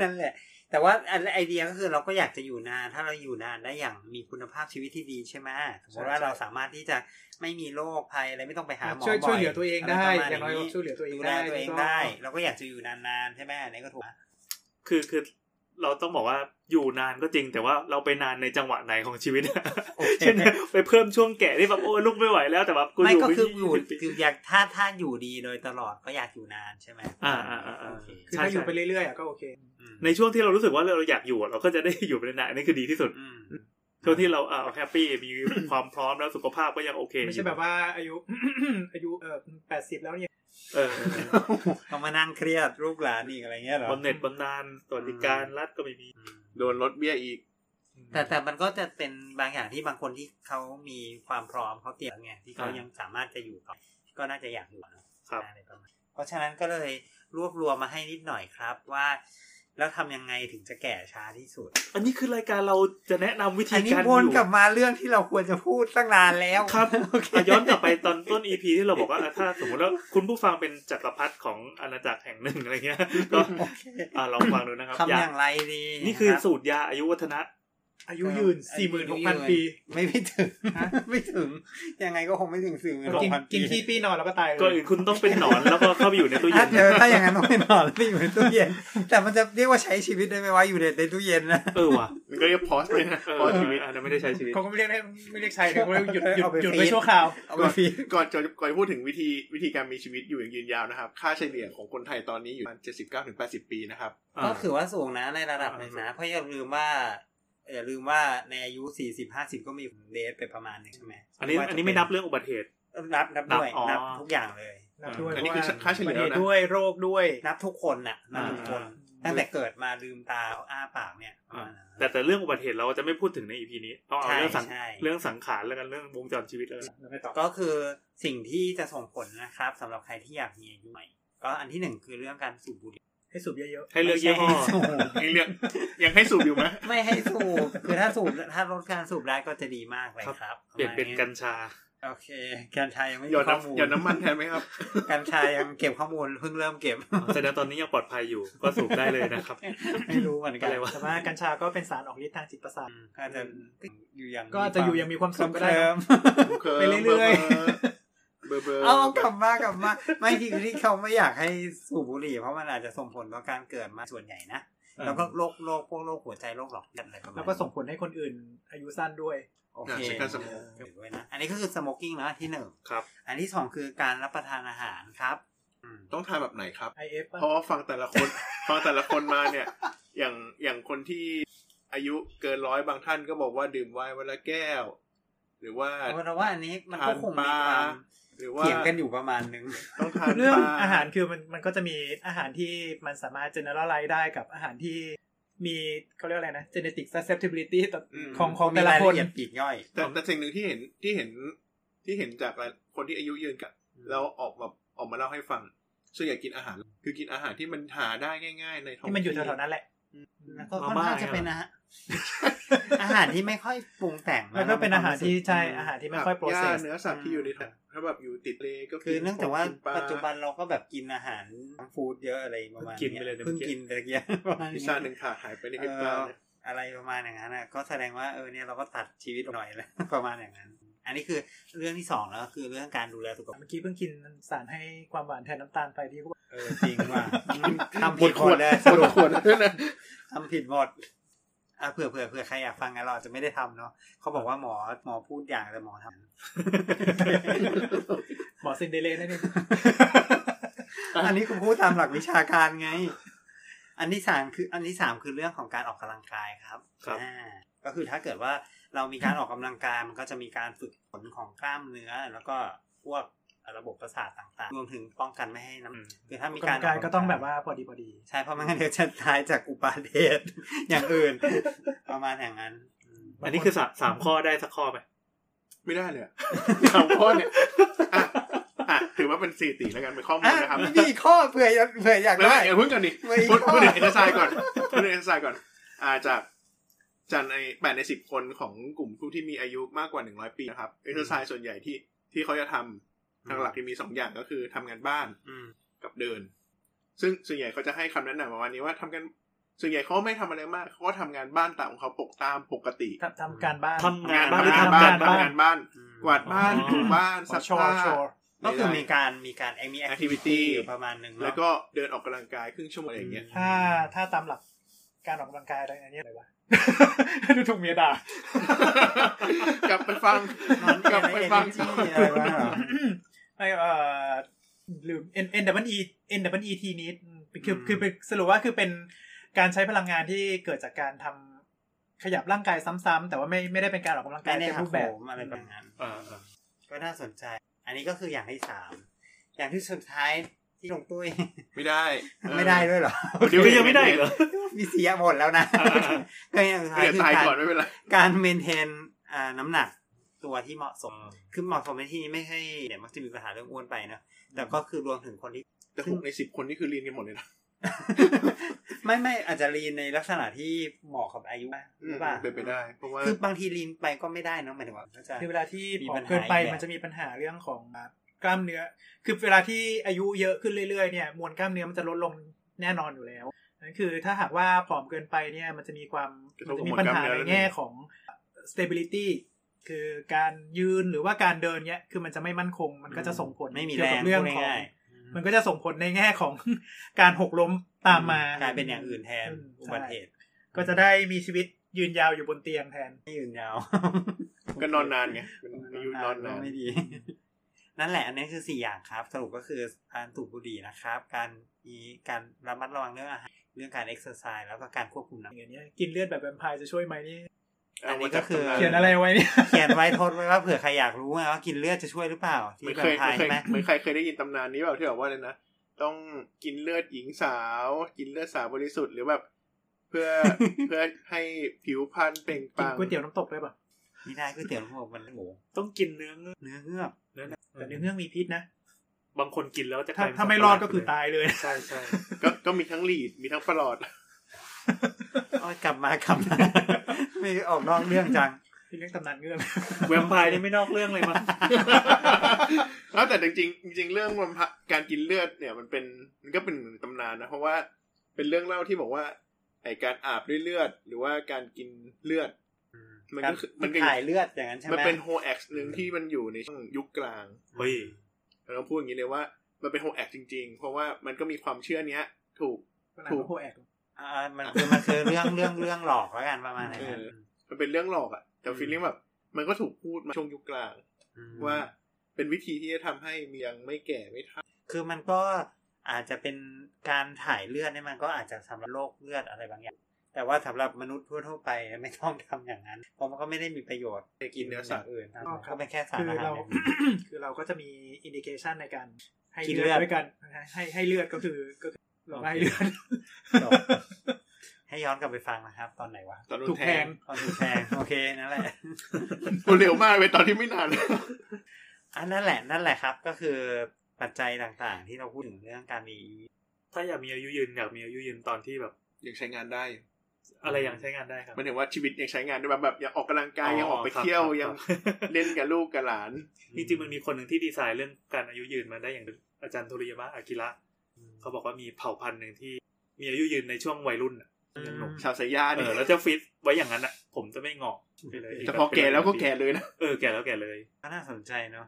[SPEAKER 3] นั่นแหละ แต่ว่าอันไอเดียก็คือเราก็อยากจะอยู่นาน ถ้าเราอยู่นานได้อย่างมีคุณภาพชีวิตที่ดีใช่ไหมสมมติว่าเราสามารถที่จะไม่มีโรคภัยอะไรไม่ต้องไปหาหมอ
[SPEAKER 6] ช่วย
[SPEAKER 3] บ่
[SPEAKER 6] ช่วยเหลือตัวเองได้
[SPEAKER 3] ะรประมณ
[SPEAKER 6] อย่างน้อยก็ช่วยเหลือตัวเอง
[SPEAKER 3] ดูแล
[SPEAKER 6] ได้
[SPEAKER 3] ตัวเองได้ เราก็อยากจะอยู่นานๆใช่ไหมอันนี้ก็ถูก
[SPEAKER 4] คือคือเราต้องบอกว่าอยู่นานก็จริง แต่ว่าเราไปนานในจังหวะไหนของชีวิต
[SPEAKER 3] โอเค
[SPEAKER 4] เช่นไปเพิ่มช่วงแก่ที่แบบโอ้ยลุกไม่ไหวแล้วแต่แบบกู
[SPEAKER 3] ไม่
[SPEAKER 4] อยู่
[SPEAKER 3] ก็คืออยู่
[SPEAKER 4] ไม่กี่สิบปี
[SPEAKER 3] คืออยากถ้าถ้าอยู่ดีโดยตลอดก็อยากอยู่นานใช่ไหม
[SPEAKER 4] อ่าอ่าอ่าอ่า
[SPEAKER 3] โอเค
[SPEAKER 6] คือ
[SPEAKER 4] ใช่
[SPEAKER 6] ถ้าอยู่
[SPEAKER 4] ใช่
[SPEAKER 6] ไปเรื่อยๆอ่ะก็โอเค
[SPEAKER 3] อืม
[SPEAKER 4] ในช่วงที่เรารู้สึกว่าเราอยากอยู่อะเราก็จะได้อยู่ไปนานๆอันนี่คือดีที่สุด
[SPEAKER 3] อืม
[SPEAKER 4] ช่วงที่เราอ่าแฮปปี้มีความพร้อมแล้วสุขภาพก็ยังโอเค
[SPEAKER 6] ไม่ใช่แบบว่าอายุ อายุเออแปดสิบแล้วเนี่ย
[SPEAKER 4] เออ
[SPEAKER 3] ต้องมานั่งเครียดลูกหลานอีกอะไรเงี้ยเหรอ
[SPEAKER 4] บำเหน็จบำนาญสวัสดิการรัฐก็ไม่มี
[SPEAKER 5] โดนลดเบี้ยอีก
[SPEAKER 3] แต่แต่มันก็จะเป็นบางอย่างที่บางคนที่เขามีความพร้อมเขาเตรียมไงที่เขา
[SPEAKER 4] อ่ายั
[SPEAKER 3] ยังสามารถจะอยู่ต่อก็น่าจะอยากอยู่เนอะ
[SPEAKER 4] ครับ
[SPEAKER 3] อะไรประมาณเพราะฉะนั้นก็เลยรวบรวมมาให้นิดหน่อยครับว่า แล้วทำยังไงถึงจะแก่ช้าที่สุด
[SPEAKER 4] อันนี้คือรายการเราจะแนะนำวิธี
[SPEAKER 3] อันนี้
[SPEAKER 4] การอ
[SPEAKER 3] วน
[SPEAKER 4] ยู่
[SPEAKER 3] กลับมาเรื่องที่เราควรจะพูดตั้งนานแล้ว
[SPEAKER 4] ครับ
[SPEAKER 3] โอเค
[SPEAKER 4] อ่ะย้อนกลับไปตอนต้นอีพีที่เราบอกว่าอ่ะถ้าสมมติว่าคุณผู้ฟังเป็นจักรพรรดิของอาณาจักรแห่งหนึ่งอะไรเงี้ย ก็
[SPEAKER 3] โอเค
[SPEAKER 4] อ่ะลองฟังดูนะครับ
[SPEAKER 3] ทำอย่าง
[SPEAKER 4] ยา
[SPEAKER 3] ไรดี
[SPEAKER 4] นี่คือ
[SPEAKER 3] รับ
[SPEAKER 4] สูตรยาอายุวัฒนะ
[SPEAKER 6] อายุยืนสี่หมื่นหกพันปี
[SPEAKER 3] ไม่ไม่ถึง
[SPEAKER 6] ฮะ
[SPEAKER 3] ไม่ถึง ยังไงก็คงไม่ถึงสี่หมื่นหก
[SPEAKER 6] กิน
[SPEAKER 3] พัน
[SPEAKER 6] กิ
[SPEAKER 3] ปี
[SPEAKER 6] นขี้ปี้นอนแล้วก็ตายเล
[SPEAKER 4] ก่อน
[SPEAKER 6] ย
[SPEAKER 4] อื่นคุณต้องเป็นหน อนแล้วก็เข้าไปอยู่ในตู้ เย็
[SPEAKER 3] อ่ะ
[SPEAKER 4] น
[SPEAKER 3] เดี๋ยวถ้าอย่างนั้นต้องไปนอนแล้วไปอยู่ในตู้ เย็น แต่มันจะเรียกว่าใช้ชีวิตได้ไหมว่าอยู่ในในตู้เย็นนะ
[SPEAKER 4] เออว่ะ
[SPEAKER 5] มันก็เรียกพอสเลยนะ
[SPEAKER 4] เออ
[SPEAKER 5] pause
[SPEAKER 4] ชีวิตอันนั้นไม่ได้ใช้ชีวิต
[SPEAKER 6] เขาก็ไม่เรียกได้ไม่เรียกใช้เลยเขาเรียกหยุดหยุด
[SPEAKER 3] เอาไป
[SPEAKER 6] หยุด
[SPEAKER 3] ฟีด
[SPEAKER 6] ไปชั่วคราว
[SPEAKER 3] เอาไปฟรี
[SPEAKER 5] ก่อนจะก่อนจะพูดถึงวิธีวิธีการมีชีวิตอยู่อย่างยืนยาวนะครับ ค่าเฉลี่ยของคนไทยตอนนี้อยู่ประมาณเจ็ดสิบเก้าถึงแปดสิบปีนะครับ
[SPEAKER 3] ก็ถือว่าสูงนะในระดับหนึ่ง
[SPEAKER 4] อ่า
[SPEAKER 3] นะ เพราะอย่าลืมว่าอย่าลืมว่าในอายุสี่สิบห้าสิบก็มีเดทไปประมาณหนึ่งใช่ไหม
[SPEAKER 4] อันนี้อันนี้ไม่นับเรื่องอุบัติเหตุ
[SPEAKER 3] นับนับด้วย
[SPEAKER 4] นับอ๋อ
[SPEAKER 3] นับทุกอย่างเลย
[SPEAKER 6] นับด้วย
[SPEAKER 5] อันนี้คือ
[SPEAKER 6] เพระว่
[SPEAKER 5] ค่าเฉลี่ยแล้
[SPEAKER 6] ป
[SPEAKER 5] วนะ
[SPEAKER 6] ระด็ด้วยโรคด้วย
[SPEAKER 3] นับทุกคนน่ะนับทุกคน
[SPEAKER 4] อ่
[SPEAKER 3] ตั้งแต่เกิดมาลืมตาอ้าปากเนี่ย
[SPEAKER 4] อ่าแต่แต่เรื่องอุบัติเหตุเราจะไม่พูดถึงในอีพีนี้ต้องเอา
[SPEAKER 3] ใช่
[SPEAKER 4] เรื่องสัง
[SPEAKER 3] ใช่
[SPEAKER 4] เรื่องสังขารแล้วกันเรื่องวงจรชีวิตแล้วกัน
[SPEAKER 3] ก็คือสิ่งที่จะส่งผลนะครับสำหรับใครที่อยากมีอายุใหม่ ก็อันที่หนึ่งคือเรื่องการสูบบุหรี่
[SPEAKER 6] ให้สูบเยอะ
[SPEAKER 4] ให้เลือกยี่ห้อ
[SPEAKER 3] ไม่ใช่สูบ
[SPEAKER 5] ยังเรียกยังให้สูบอยู่ไหม
[SPEAKER 3] ไม่ให้สูบ คือถ้าสูบถ้าลดการสูบได้ก็จะดีมากเลย
[SPEAKER 4] ครับ
[SPEAKER 3] ครับ
[SPEAKER 4] เปลี่ยนเป็นกัญชา
[SPEAKER 3] โอเคกัญชายังไม่มี
[SPEAKER 5] หยอด
[SPEAKER 3] ข้อมูล
[SPEAKER 5] น้ำหยอดน้ำมันแทนไหมครับ
[SPEAKER 3] กัญชายังเก็บข้อมูลเพิ่งเริ่มเก็บ
[SPEAKER 4] แต่ณตอนนี้ยังปลอดภัยอยู่ ก็สูบได้เลยนะครับ
[SPEAKER 3] ไม่รู้เหมือนกัน
[SPEAKER 4] อะไรวะ
[SPEAKER 6] ๆแต่ว่ากัญชาก็เป็นสารออกฤทธิ์ทางจิตประสาท
[SPEAKER 3] อาจจะอยู่อย่าง
[SPEAKER 6] ก็อาจจะอยู่ยังมีความสุขก็ได้
[SPEAKER 3] เคลิ้ม
[SPEAKER 6] ไปเรื่อย
[SPEAKER 5] เบอร์เบอร์
[SPEAKER 3] ๆเอากลับมากลับมาไม่ที่ที่เขาไม่อยากให้สูบบุหรี่เพราะมันอาจจะส่งผลต่อการเกิดมาส่วนใหญ่นะแล้วก็โรคโรคพวกโรคหัวใจโรคหลอดเลือดอะไรประมาณ
[SPEAKER 6] แล้วก็ส่งผลให้คนอื่น อายุสั้นด้วย
[SPEAKER 3] โอเค
[SPEAKER 5] ใช้การสมอง
[SPEAKER 3] ด้วยนะอันนี้ก็คือ smoking นะที่หนึ่ง
[SPEAKER 4] ครับ
[SPEAKER 3] อันที่สองคือการรับประทานอาหารครับอืม
[SPEAKER 5] ต้องทานแบบไหนครับ
[SPEAKER 6] IF ป่ะ
[SPEAKER 5] เพราะว่าฟังแต่ละคน ฟังแต่ละคนมาเนี่ย อย่างอย่างคนที่อายุเกินร้อยบางท่านก็บอกว่าดื่มไวน์วันละแก้ว หรือว่า
[SPEAKER 3] เพราะว่าอันนี้มันก็คงมีความ
[SPEAKER 5] หรือว่า
[SPEAKER 3] เถียงกันอยู่ประมาณนึง
[SPEAKER 5] ต้องทาน
[SPEAKER 6] เรื่อง
[SPEAKER 5] ปล
[SPEAKER 6] อาหารคือมันมันก็จะมีอาหารที่มันสามารถ generalize ได้กับอาหารที่มีเขาเรียกอะไรนะ genetic susceptibility ต่ออ
[SPEAKER 5] ม
[SPEAKER 6] ของของ
[SPEAKER 3] มี
[SPEAKER 6] แต่ละ
[SPEAKER 3] ราย
[SPEAKER 6] ค
[SPEAKER 3] ละ
[SPEAKER 6] น
[SPEAKER 3] เอียดปลีกย่อย
[SPEAKER 5] แต่แต่สิ่งหนึ่งที่เห็นที่เห็นที่เห็นจากหลายคนที่อายุยืนกันแล้วออกมาออกมาเล่าให้ฟังส่วนใหญ่กินอาหาร คือกินอาหารที่มันหาได้ง่าย ๆ ในท้อง
[SPEAKER 6] ที่มันอยู่แถวๆนั้นแหละ
[SPEAKER 3] แล้วก็
[SPEAKER 4] มา
[SPEAKER 3] ค่อน
[SPEAKER 4] ม่า
[SPEAKER 3] ข้างจะเป็นอาหาร อาหารที่ไม่ค่อยปรุงแต่งะ
[SPEAKER 6] แล้วก็เป็นอาหารที่ใช่
[SPEAKER 3] ม
[SPEAKER 6] อาหารที่ไม่ค่อย
[SPEAKER 5] หญ้า
[SPEAKER 6] process
[SPEAKER 5] เนื้อสัตว์ที่อยู่ในท้องถ้าแบบอยู่ติดเลก็
[SPEAKER 3] คือเนื่องจากว่า
[SPEAKER 5] ขปล
[SPEAKER 3] ปัจจุบันเราก็แบบกินอาหารฟู้ดเยอะอะไรประมาณ
[SPEAKER 4] กินไปเลยนะ
[SPEAKER 3] เพิ่ง
[SPEAKER 4] เมื่อกี้
[SPEAKER 3] กินตะเกียบประมาณ
[SPEAKER 5] พิซ
[SPEAKER 3] นี้
[SPEAKER 5] ซ่าหนึ่งถาดหายไปใน
[SPEAKER 3] เอ
[SPEAKER 5] พิซซ่า
[SPEAKER 3] อ
[SPEAKER 5] เนี่ย
[SPEAKER 3] อะไรประมาณอย่างนั้นน่ะก็แสดงว่าเออเนี่ยเราก็ตัดชีวิตหน่อยแล้ว ประมาณอย่างนั้น อันนี้คือเรื่องที่สองแล้วก็คือเรื่องการดูแลสุขภาพ
[SPEAKER 6] เมื่อกี้เพิ่งกินสารให้ความหวานแทนน้ำตาลไปที่เขาบอก
[SPEAKER 3] เออจริงว่าทำผิดหมดเลย
[SPEAKER 5] หมดขวดด้วยนะ
[SPEAKER 3] ทำผิดหมดอ่ะเผื่อเผื่อเผื่อใครอยากฟังงั้นเราอาจจะไม่ได้ทำเนาะเขาบอกว่าหมอหมอพูดอย่างแต่หมอทำ
[SPEAKER 6] หมอซินเดอเรลล่านั่นเอง
[SPEAKER 3] อันนี้คุณพูดตามหลักวิชาการไง อันที่สามคือ อันที่สามคือเรื่องของการออกกำลังกายครับ
[SPEAKER 4] ครับ
[SPEAKER 3] อ่าก็คือถ้าเกิดว่าเรามีการออกกำลังกายมันก็จะมีการฝึกผลของกล้ามเนื้อ แล้วก็พวก ระบบประสาทต่างๆ รวมถึงป้องกันไม่ให้น้
[SPEAKER 4] อืม
[SPEAKER 3] ำคือถ้ามี
[SPEAKER 6] กำ
[SPEAKER 3] กา
[SPEAKER 6] ลั
[SPEAKER 3] รง
[SPEAKER 6] กายก็ต้องแบบว่าพอดีพอดี
[SPEAKER 3] ใช่เพราะไม่งั้นเดี๋ยวจะตายจากอุบัติเหตุ อย่างอื่น ประมาณอย่างนั้นอืม
[SPEAKER 4] อันนี้คือสามสามข้อได้สักข้อไหม
[SPEAKER 5] ไม่ได้เลยอะ สามข้อ เนี่ยอ่ะอ่ะถือว่าเป็นสี่ตีแล้วกันเป็นข้อมู
[SPEAKER 3] อ่ะ
[SPEAKER 5] ลนะครับ
[SPEAKER 3] ไม่มีข้อเผื่ออยากเผื่ออยาก
[SPEAKER 5] แล้ว
[SPEAKER 3] ได้
[SPEAKER 5] อย่าเพึ่งกันดิ
[SPEAKER 3] ไม่
[SPEAKER 5] พูด
[SPEAKER 3] ข้อ
[SPEAKER 5] พูดถึงเอ็นเตอร์ไซก่อนพูดถึงเอ็นเตอร์ไซก่อน อ่าจากจากในแปดในสิบคนของกลุ่มผู้ที่มีอายุมากกว่าหนึ่งร้อยปีนะครับเอ็นเตอร์ไซส่วนใหญ่ที่ที่เขาจะทำทางหลักที่มีสองอย่างก็คือทำงานบ้าน
[SPEAKER 3] อืม
[SPEAKER 5] กับเดิน ซึ่งส่วนใหญ่เขาจะให้คำแนะนำประมาณนี้ว่าทำกันส่วนใหญ่เขาไม่ทำอะไรมากเขาก็ทำงานบ้านตามของเขาปกตามปกติ
[SPEAKER 6] ทำทำการบ้าน
[SPEAKER 4] ทำงานบ้านหรือ
[SPEAKER 5] ทำบ้าง
[SPEAKER 4] ทำาน นบ้า
[SPEAKER 5] ทำ
[SPEAKER 4] น
[SPEAKER 5] งานบ้าน
[SPEAKER 3] อืม
[SPEAKER 5] กวาดบ้าน
[SPEAKER 4] อ๋อ
[SPEAKER 5] ถูบ้าน
[SPEAKER 6] ข
[SPEAKER 5] ซั
[SPEAKER 6] อก โช
[SPEAKER 5] ผ้า
[SPEAKER 6] ว์โชว์
[SPEAKER 3] ก็คือมีการมีการไอมีแอคทิวิตี้
[SPEAKER 5] activity
[SPEAKER 3] ประมาณหนึ่งเนอะ
[SPEAKER 5] แล้วก็เดินออกกำลังกายครึ่งชั่วโมงอะไรอย่าง เงี้ย
[SPEAKER 6] ถ้าถ้าตามหลักการออกกำลังกายอะไรอันนี้อะไรวะ ดูถูกเมียด่า
[SPEAKER 5] กลับไปฟัง
[SPEAKER 3] มัน
[SPEAKER 5] กลับไปฟัง
[SPEAKER 3] อะไรวะ
[SPEAKER 6] ไม่เอ่อลืม N N W E N W E T นี้คือคือคือเป็นสรุปว่าคือเป็นการใช้พลังงานที่เกิดจากการทำขยับร่างกายซ้ำๆแต่ว่าไม่ไม่ได้เป็นการออกกำลังกา
[SPEAKER 3] ไม่
[SPEAKER 6] ย
[SPEAKER 3] ได้
[SPEAKER 6] เต็ม
[SPEAKER 3] หั
[SPEAKER 6] รู
[SPEAKER 3] ก
[SPEAKER 6] ป
[SPEAKER 3] โห
[SPEAKER 6] แบบ
[SPEAKER 3] มอะไรแบบนั้น
[SPEAKER 5] อ่าอ่า
[SPEAKER 3] ก็น่าสนใจ อันนี้ก็คืออย่างที่สาม อย่างที่สุดท้ายที่ลงตุ้ย
[SPEAKER 5] ไม่ได้
[SPEAKER 3] ไม่ได้ด้วยเหรอ
[SPEAKER 4] เดี๋ยวก็ยังไม่ได้อีกเหรอ
[SPEAKER 3] มีเสียหมดแล้วนะ
[SPEAKER 4] อ่า
[SPEAKER 3] ก็อย่างสุดท้าย
[SPEAKER 5] เดี๋ยว
[SPEAKER 3] คือ
[SPEAKER 5] ตาย
[SPEAKER 3] การ
[SPEAKER 5] ก่อนไม่เป็นไร
[SPEAKER 3] การเมนเทนน้ำหนักตัวที่เหมาะสม คือเหมาะสมในที่นี้ไม่ใช่เดี๋ยวมักจะมีปัญหาเรื่องอ้วนไปเนอะแต่ก็คือรวมถึงคนที่
[SPEAKER 5] แต่หกในสิบคนนี่คือลีนกันหมดเลยนะ
[SPEAKER 3] ไม่ไม่อาจจะลีนในลักษณะที่เหมาะกับอายุหรือเปล่า
[SPEAKER 5] เป็นไปได้เพราะว่า
[SPEAKER 3] คือบางทีลีนไปก็ไม่ได้เนอะหมายถึงว่าเข้าใจ
[SPEAKER 6] คือเวลาที่
[SPEAKER 3] มี
[SPEAKER 6] ผอ
[SPEAKER 3] ปั
[SPEAKER 6] ม
[SPEAKER 3] ญหา
[SPEAKER 6] เกินไป
[SPEAKER 3] อีกแบบ
[SPEAKER 6] มันจะมีปัญหาเรื่องของกล้ามเนื้อ คือเวลาที่อายุเยอะขึ้นเรื่อยๆเนี่ยมวลกล้ามเนื้อมันจะลดลงแน่นอนอยู่แล้วนั่นคือถ้าหากว่าผอมเกินไปเนี่ยมันจะมีความ
[SPEAKER 5] กระท
[SPEAKER 6] มัน
[SPEAKER 5] บ
[SPEAKER 6] จะมี
[SPEAKER 5] กับมวล
[SPEAKER 6] ปัญ
[SPEAKER 5] กล้าม
[SPEAKER 6] หา
[SPEAKER 5] เนื้อ
[SPEAKER 6] ในแง่ของ stability คือการยืนหรือว่าการเดินเนี่ยคือมันจะไม่มั่นคง มันก็จะส่งผล
[SPEAKER 3] ไม่มี
[SPEAKER 6] เกี่
[SPEAKER 3] แร
[SPEAKER 6] ยวกั
[SPEAKER 3] ง
[SPEAKER 6] บเรื่อง
[SPEAKER 3] พูด
[SPEAKER 6] ของ
[SPEAKER 3] ง่ายๆ
[SPEAKER 6] มันก็จะส่งผลในแง่ของ การหกล้มตามมาก ก
[SPEAKER 3] ลายเป็นอย่างอื่นแทนอุบัติเหตุ
[SPEAKER 6] ก็จะได้มีชีวิตยืนยาวอยู่บนเตียงแทน
[SPEAKER 3] ไม่ยืนยาว
[SPEAKER 5] ก็นอนนานไงเป็นอายุนอน
[SPEAKER 3] ก็
[SPEAKER 5] นาน
[SPEAKER 3] ไม่ดี นั่นแหละ อันนี้คือสี่อย่างครับ สรุปก็คือการสูบบุหรี่นะครับ การมีการระมัดระวังเรื่องอาหารเรื่องการเอ็กซ์ไซส์แล้วก็การควบคุมน้ำ
[SPEAKER 6] อย่างเงี้ยกินเลือดแบบแวมไพร์จะช่วยไหมนี่
[SPEAKER 3] อันนี้ก็คือ
[SPEAKER 6] เขียนอะไรไว้เนี่ย
[SPEAKER 3] เขียนไว้โทษไว้ว่าเผื่อใครอยากรู้ไงว่ากินเลือดจะช่วยหรือเปล่า
[SPEAKER 5] เหมือ
[SPEAKER 3] ที่แบบ
[SPEAKER 5] นเคย
[SPEAKER 3] ไทย
[SPEAKER 5] เหมือ
[SPEAKER 3] ใช่
[SPEAKER 5] นเค
[SPEAKER 3] ไหม
[SPEAKER 5] ยเหมือนเคยเคยได้ยินตำนานนี้แบบที่แบบว่าเลยนะ ต้องกินเลือดหญิงสาว กินเลือดสาวบริสุทธิ์หรือแบบ เพื่อ เพื่อให้ผิวพรรณเปล่งป
[SPEAKER 6] กิน
[SPEAKER 5] ลั่ง
[SPEAKER 6] ก๋วยเตี๋ยวน้ำตกได้ป่ะ
[SPEAKER 3] นี่ได้ก๋วยเตี๋ยวพวกมันหมู
[SPEAKER 4] ต้องกินเนื้อเงือก
[SPEAKER 3] เนื้อเงือก
[SPEAKER 4] เนื้อเงือก
[SPEAKER 6] แต่เนื้อเงือกมีพิษนะ
[SPEAKER 4] บางคนกินแล้วจะกล
[SPEAKER 6] ถ้าย
[SPEAKER 4] เป็น
[SPEAKER 6] ถ้าไม่รอดก็คือตายเลย
[SPEAKER 4] ใช่ใช่
[SPEAKER 5] ก็ก็มีทั้งหลีดมีทั้งประหลอ ด
[SPEAKER 3] โอ้ยกลับมากลับมา ไม่ออกนอกเรื่องจัง
[SPEAKER 6] ที่เรื่องตำนานเงือก
[SPEAKER 4] แวมไพร์นี่ไม่นอกเรื่องเลยมั้ง
[SPEAKER 5] แล้วแต่จริงๆจริง ๆ เรื่องวันพระการกินเลือดเนี่ยมันเป็นมันก็เป็นเหมือนตำนานนะ เพราะว่าเป็นเรื่องเล่าที่บอกว่าไอการอาบด้วยเลือด หรือว่าการกินเลือด มันก็คือมันก็
[SPEAKER 3] ถ่ายเลือดอย่างนั้นใช่ไหม
[SPEAKER 5] มันเป็นโฮแอ็กซ์หนึ่งที่มันอยู่ในช่วงยุคกลาง
[SPEAKER 4] เฮ้ย
[SPEAKER 5] เราต้องพูดอย่างนี้เลยว่ามันเป็นโฮแอคจริงๆ เพราะว่ามันก็มีความเชื่อเนี้ย ถูก ถู
[SPEAKER 6] ถู
[SPEAKER 5] ก
[SPEAKER 6] กโพแอก
[SPEAKER 3] อ่ามันคือมันคือเรื่องเรื่องเรื่องหลอกแล้วกันประมาณ
[SPEAKER 5] เอ
[SPEAKER 3] นั้น
[SPEAKER 5] อมันเป็นเรื่องหลอกอะแต่ฟีลลิ่งแบบมันก็ถูกพูดมาช่วงยุคกลาง
[SPEAKER 3] ม
[SPEAKER 5] ว่าเป็นวิธีที่จะทำให้เมียงไม่แก่ไม่เท่า
[SPEAKER 3] คือมันก็อาจจะเป็นการถ่ายเลือดเนี่ยมันก็อาจจะสำหรับโรคเลือดอะไรบางอย่าง แต่ว่าสำหรับมนุษย์ทั่วๆไปไม่ต้องทำอย่างนั้น เพราะมันก็ไม่ได้มีประโยชน์
[SPEAKER 5] ได้กินเนื้อสัตว์
[SPEAKER 3] อื่นก็เป็นแค่สาร
[SPEAKER 6] คือ
[SPEAKER 3] อาหา
[SPEAKER 6] เรา
[SPEAKER 3] ร
[SPEAKER 6] คือเราก็จะมีอินดิเคชันในการให้
[SPEAKER 3] กิน
[SPEAKER 6] เลื
[SPEAKER 3] เลื
[SPEAKER 6] อ
[SPEAKER 3] อ
[SPEAKER 6] ด
[SPEAKER 3] ด
[SPEAKER 6] ด้วยกัน ให้ให้เลือดก็คือก็คือเราให้เลือด
[SPEAKER 3] จบ ให้ย้อนกลับไปฟังนะครับ ตอนไหนวะ
[SPEAKER 5] ตอนโด
[SPEAKER 6] ถู
[SPEAKER 5] น
[SPEAKER 6] ก
[SPEAKER 5] แท
[SPEAKER 6] แท
[SPEAKER 5] ง
[SPEAKER 6] ง
[SPEAKER 3] ตอนถูกแทง โอเคนั่นแหละ
[SPEAKER 5] กูเร็วมากเลยตอนที่ไม่นาน
[SPEAKER 3] อันนั่นแหละนั่นแหละครับ ก็คือปัจจัยต่างๆ ที่เราพูดถึงเรื่องการมี
[SPEAKER 4] ถ้าอยากมีอายุยืนอยากมีอายุยืนตอนที่แบบ
[SPEAKER 5] ยังใช้งานได้อยู่
[SPEAKER 4] อะไรอย่างใช้งานได้ครับ
[SPEAKER 5] หมันถึงว่าชีวิตยังใช้งานได้แบบแบบยังออกกำลังกายยังออกไป
[SPEAKER 4] ครับ
[SPEAKER 5] เที่ยว
[SPEAKER 4] ครับ
[SPEAKER 5] ยัง
[SPEAKER 4] ครับ
[SPEAKER 5] เล่นกับลูกกับหลาน
[SPEAKER 4] จริงๆมันมีคนหนึ่งที่ดีไซน์เรื่องการอายุยืนมาได้อย่างหนึ่งอาจารย์โทริยามะอากิระเขาบอกว่ามีเผ่าพันธุ์หนึ่งที่ มีอายุยืนในช่วงวัยรุ่นอะยังหนุ่ม
[SPEAKER 5] ชาวสายญา
[SPEAKER 4] เอ
[SPEAKER 5] เนี่ย
[SPEAKER 4] อแล้วจะฟิตไว้อย่างนั้นอ่ะ ผมจะไม่งอกไปเลย
[SPEAKER 5] แต่พอแก่แล้วก็แก่เลยนะ
[SPEAKER 4] เออแก่แล้วแก่เลย
[SPEAKER 3] ก็น่าสนใจเนาะ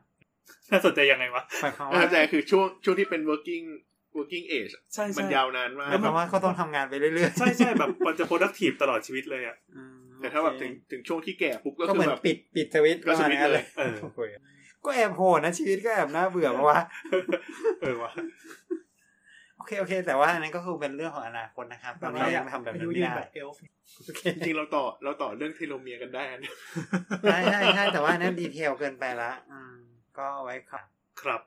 [SPEAKER 4] น่าสนใจยังไงวะ
[SPEAKER 3] หมายความว่า
[SPEAKER 5] เข้าใจคือช่วงช่วงที่เป็น working working age
[SPEAKER 4] ใช่ใช่
[SPEAKER 5] มันยาวนานมาก
[SPEAKER 3] หมายความว่าก็ต้องทำงานไปเรื่อยๆ
[SPEAKER 4] ใช่ใช่แบบ มันจะ productive ตลอดชีวิตเลยอ่ะ
[SPEAKER 3] อืม
[SPEAKER 5] แต่ถ้าแบบ
[SPEAKER 3] โอเค
[SPEAKER 5] ถึงถึงช่วงที่แก่ปุ๊บก็
[SPEAKER 3] ก็
[SPEAKER 5] คื
[SPEAKER 3] เหมื
[SPEAKER 5] อ
[SPEAKER 3] อน
[SPEAKER 5] แบบ
[SPEAKER 3] ปิดปิดสวิตช์
[SPEAKER 5] ก็สวิตช์เลย
[SPEAKER 4] เอ อ
[SPEAKER 3] โอ้โหก็แอบโหดนะชีวิตก็แอบน่าเบื่อมาวะ
[SPEAKER 4] เออวะ
[SPEAKER 3] โอเคโอเค แต่ว่าอันนั้นก็คือเป็นเรื่องของอนาคตนะครับต
[SPEAKER 6] แบ
[SPEAKER 3] อน
[SPEAKER 6] บ
[SPEAKER 3] นี้
[SPEAKER 6] ว่า
[SPEAKER 3] ยังทำแบบ
[SPEAKER 6] อา
[SPEAKER 3] นั้
[SPEAKER 6] ยุ
[SPEAKER 3] น
[SPEAKER 6] ยื
[SPEAKER 3] ไม่
[SPEAKER 6] น
[SPEAKER 3] ได้
[SPEAKER 6] แบบเอลฟ์
[SPEAKER 3] โอเค
[SPEAKER 5] จริงๆเราต่อเราต่อเรื่องเทโลเมียร์กันได้นะ
[SPEAKER 3] ใช่ใช่ใช่แต่ว่าอันนั้นดีเทลเกินไปละอืมก็เอาไว้ครับ
[SPEAKER 4] ครับ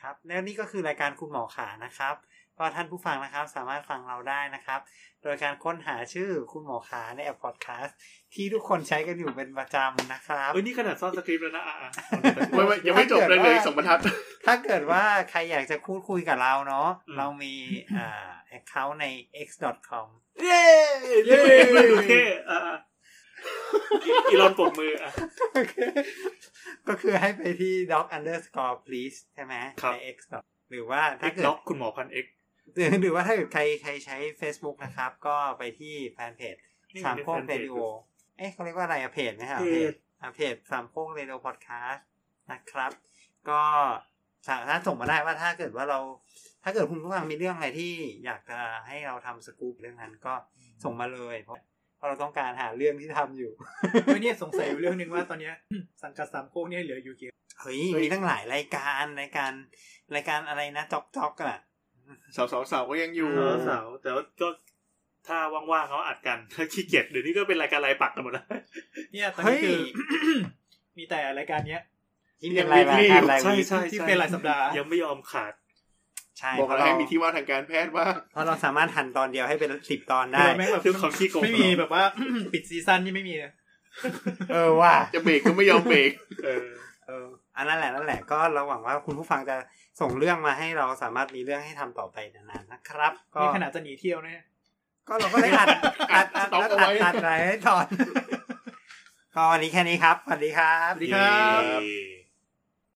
[SPEAKER 3] ครับแล้วนี่ก็คือรายการคุณหมอขานะครับ ก็ท่านผู้ฟังนะครับสามารถฟังเราได้นะครับ โดยการค้นหาชื่อคุณหมอขาในแอปพอดแคสต์ที่ทุกคนใช้กันอยู่เป็นประจำนะครับ
[SPEAKER 4] เอ้ยนี่ขนาดซ่อนสคริปต์แล้วนะอ่ะอ่ะ
[SPEAKER 5] ไม่ ไม่ยังไม่จบเลยเหลยสองบรรทัด
[SPEAKER 3] ถ้าเกิดว่าใครอยากจะพูดคุยกับเราเนาะ
[SPEAKER 5] อืม
[SPEAKER 3] เรามีอ่าแอคเคาท์ใน x.com
[SPEAKER 5] เย้
[SPEAKER 4] เย้ โอเคอ่ะอ่ะอีลอนปรบมือ อ่ะ
[SPEAKER 3] โอเคก็คือให้ไปที่ doc underscore please ใช่ไหม
[SPEAKER 4] ครับ
[SPEAKER 3] ใน x. หรือว่าถ้าเกิด
[SPEAKER 4] ล็อกคุณหมอพันเอ็ก
[SPEAKER 3] ห รือหรือว่าถ้าเกิดใครใครใช้ Facebook นะครับ ก็ไปที่แฟนเพจ
[SPEAKER 4] นี่อยู่ใน
[SPEAKER 3] สามโคก
[SPEAKER 4] Fan
[SPEAKER 3] เร
[SPEAKER 4] Page
[SPEAKER 3] ดิโอเอ๊ะเขาเรียกว่าอะไรอะเพจไหมครับ
[SPEAKER 4] เพจ
[SPEAKER 3] อ่ะเพจสามโคกเรดิโอพอดแคสต์นะครับ ก็สามารถส่งมาได้ว่าถ้าเกิดว่าเรา ถ้าเกิดคุณผู้ฟังมีเรื่องอะไรที่อยากจะให้เราทำสกู๊ปเรื่องนั้นก็ส่งมาเลย เพราะเพราะเราต้องการหาเรื่องที่ทำอยู่
[SPEAKER 6] เฮ้ยเนี่ยสงสัยอยู่เรื่องหนึ่งว่าตอนเนี้ย สังกัดสามโก้เนี่ยเหลืออยู่กี่
[SPEAKER 3] เฮ้ย มีตั้งหลายรายการรายการรายการอะไรนะจ๊อกจ๊อกอ่ะ
[SPEAKER 5] สาวสาวสาวก็ยังอยู่
[SPEAKER 4] เออสาวแต่ว่าก็ถ้าว่างๆเขาอัดกัน ถ้าขี้เกียจเดี๋ยวนี้ก็เป็นรายการรายปักกันหมดแล้ว
[SPEAKER 6] เนี่ยตอนนี้คือ
[SPEAKER 3] เฮ้
[SPEAKER 6] มีแต่รายการเนี้ย
[SPEAKER 3] ที่เป็นรายการราย
[SPEAKER 4] ใช่
[SPEAKER 3] วี
[SPEAKER 4] ใช่
[SPEAKER 6] ที่
[SPEAKER 4] ใช่
[SPEAKER 6] เป็นรายสัปดาห์
[SPEAKER 4] ยังไม่ยอมขาด
[SPEAKER 3] ใช่
[SPEAKER 5] บอก
[SPEAKER 3] เพราะ
[SPEAKER 5] แล้วให้
[SPEAKER 3] เรา
[SPEAKER 5] มีที่ว่างทางการแพทย์ว่าง
[SPEAKER 3] เพราะเราสามารถหั่นตอนเดียวให้เป็นสิบตอนได้
[SPEAKER 6] เราแม่งแบบ
[SPEAKER 4] คือความขี้โกง
[SPEAKER 6] ไม่มีแบบว่า ปิดซีซั่นนี่ไม่มีนะ
[SPEAKER 3] เออว่ะ
[SPEAKER 5] จะเบรกก็ไม่ยอมเบรก
[SPEAKER 4] เออ
[SPEAKER 3] เอออันนั้นแหละนั่นแหละก็เราหวังว่าคุณผู้ฟังจะส่งเรื่องมาให้เราสามารถมีเรื่องให้ทำต่อไปนานๆนะครับ ก็
[SPEAKER 6] นี่ขนาดจะหนีเที่ยวเนี่ย
[SPEAKER 3] ก็เราก็ได้อัดอัดอัด
[SPEAKER 5] สต็อก
[SPEAKER 3] อัด
[SPEAKER 5] เอาไว้
[SPEAKER 3] อัดอัดอะไรให้ตอน ก็วันนี้แค่นี้ครับสวัสดีครับ
[SPEAKER 6] สวัสดีครับ
[SPEAKER 4] เย้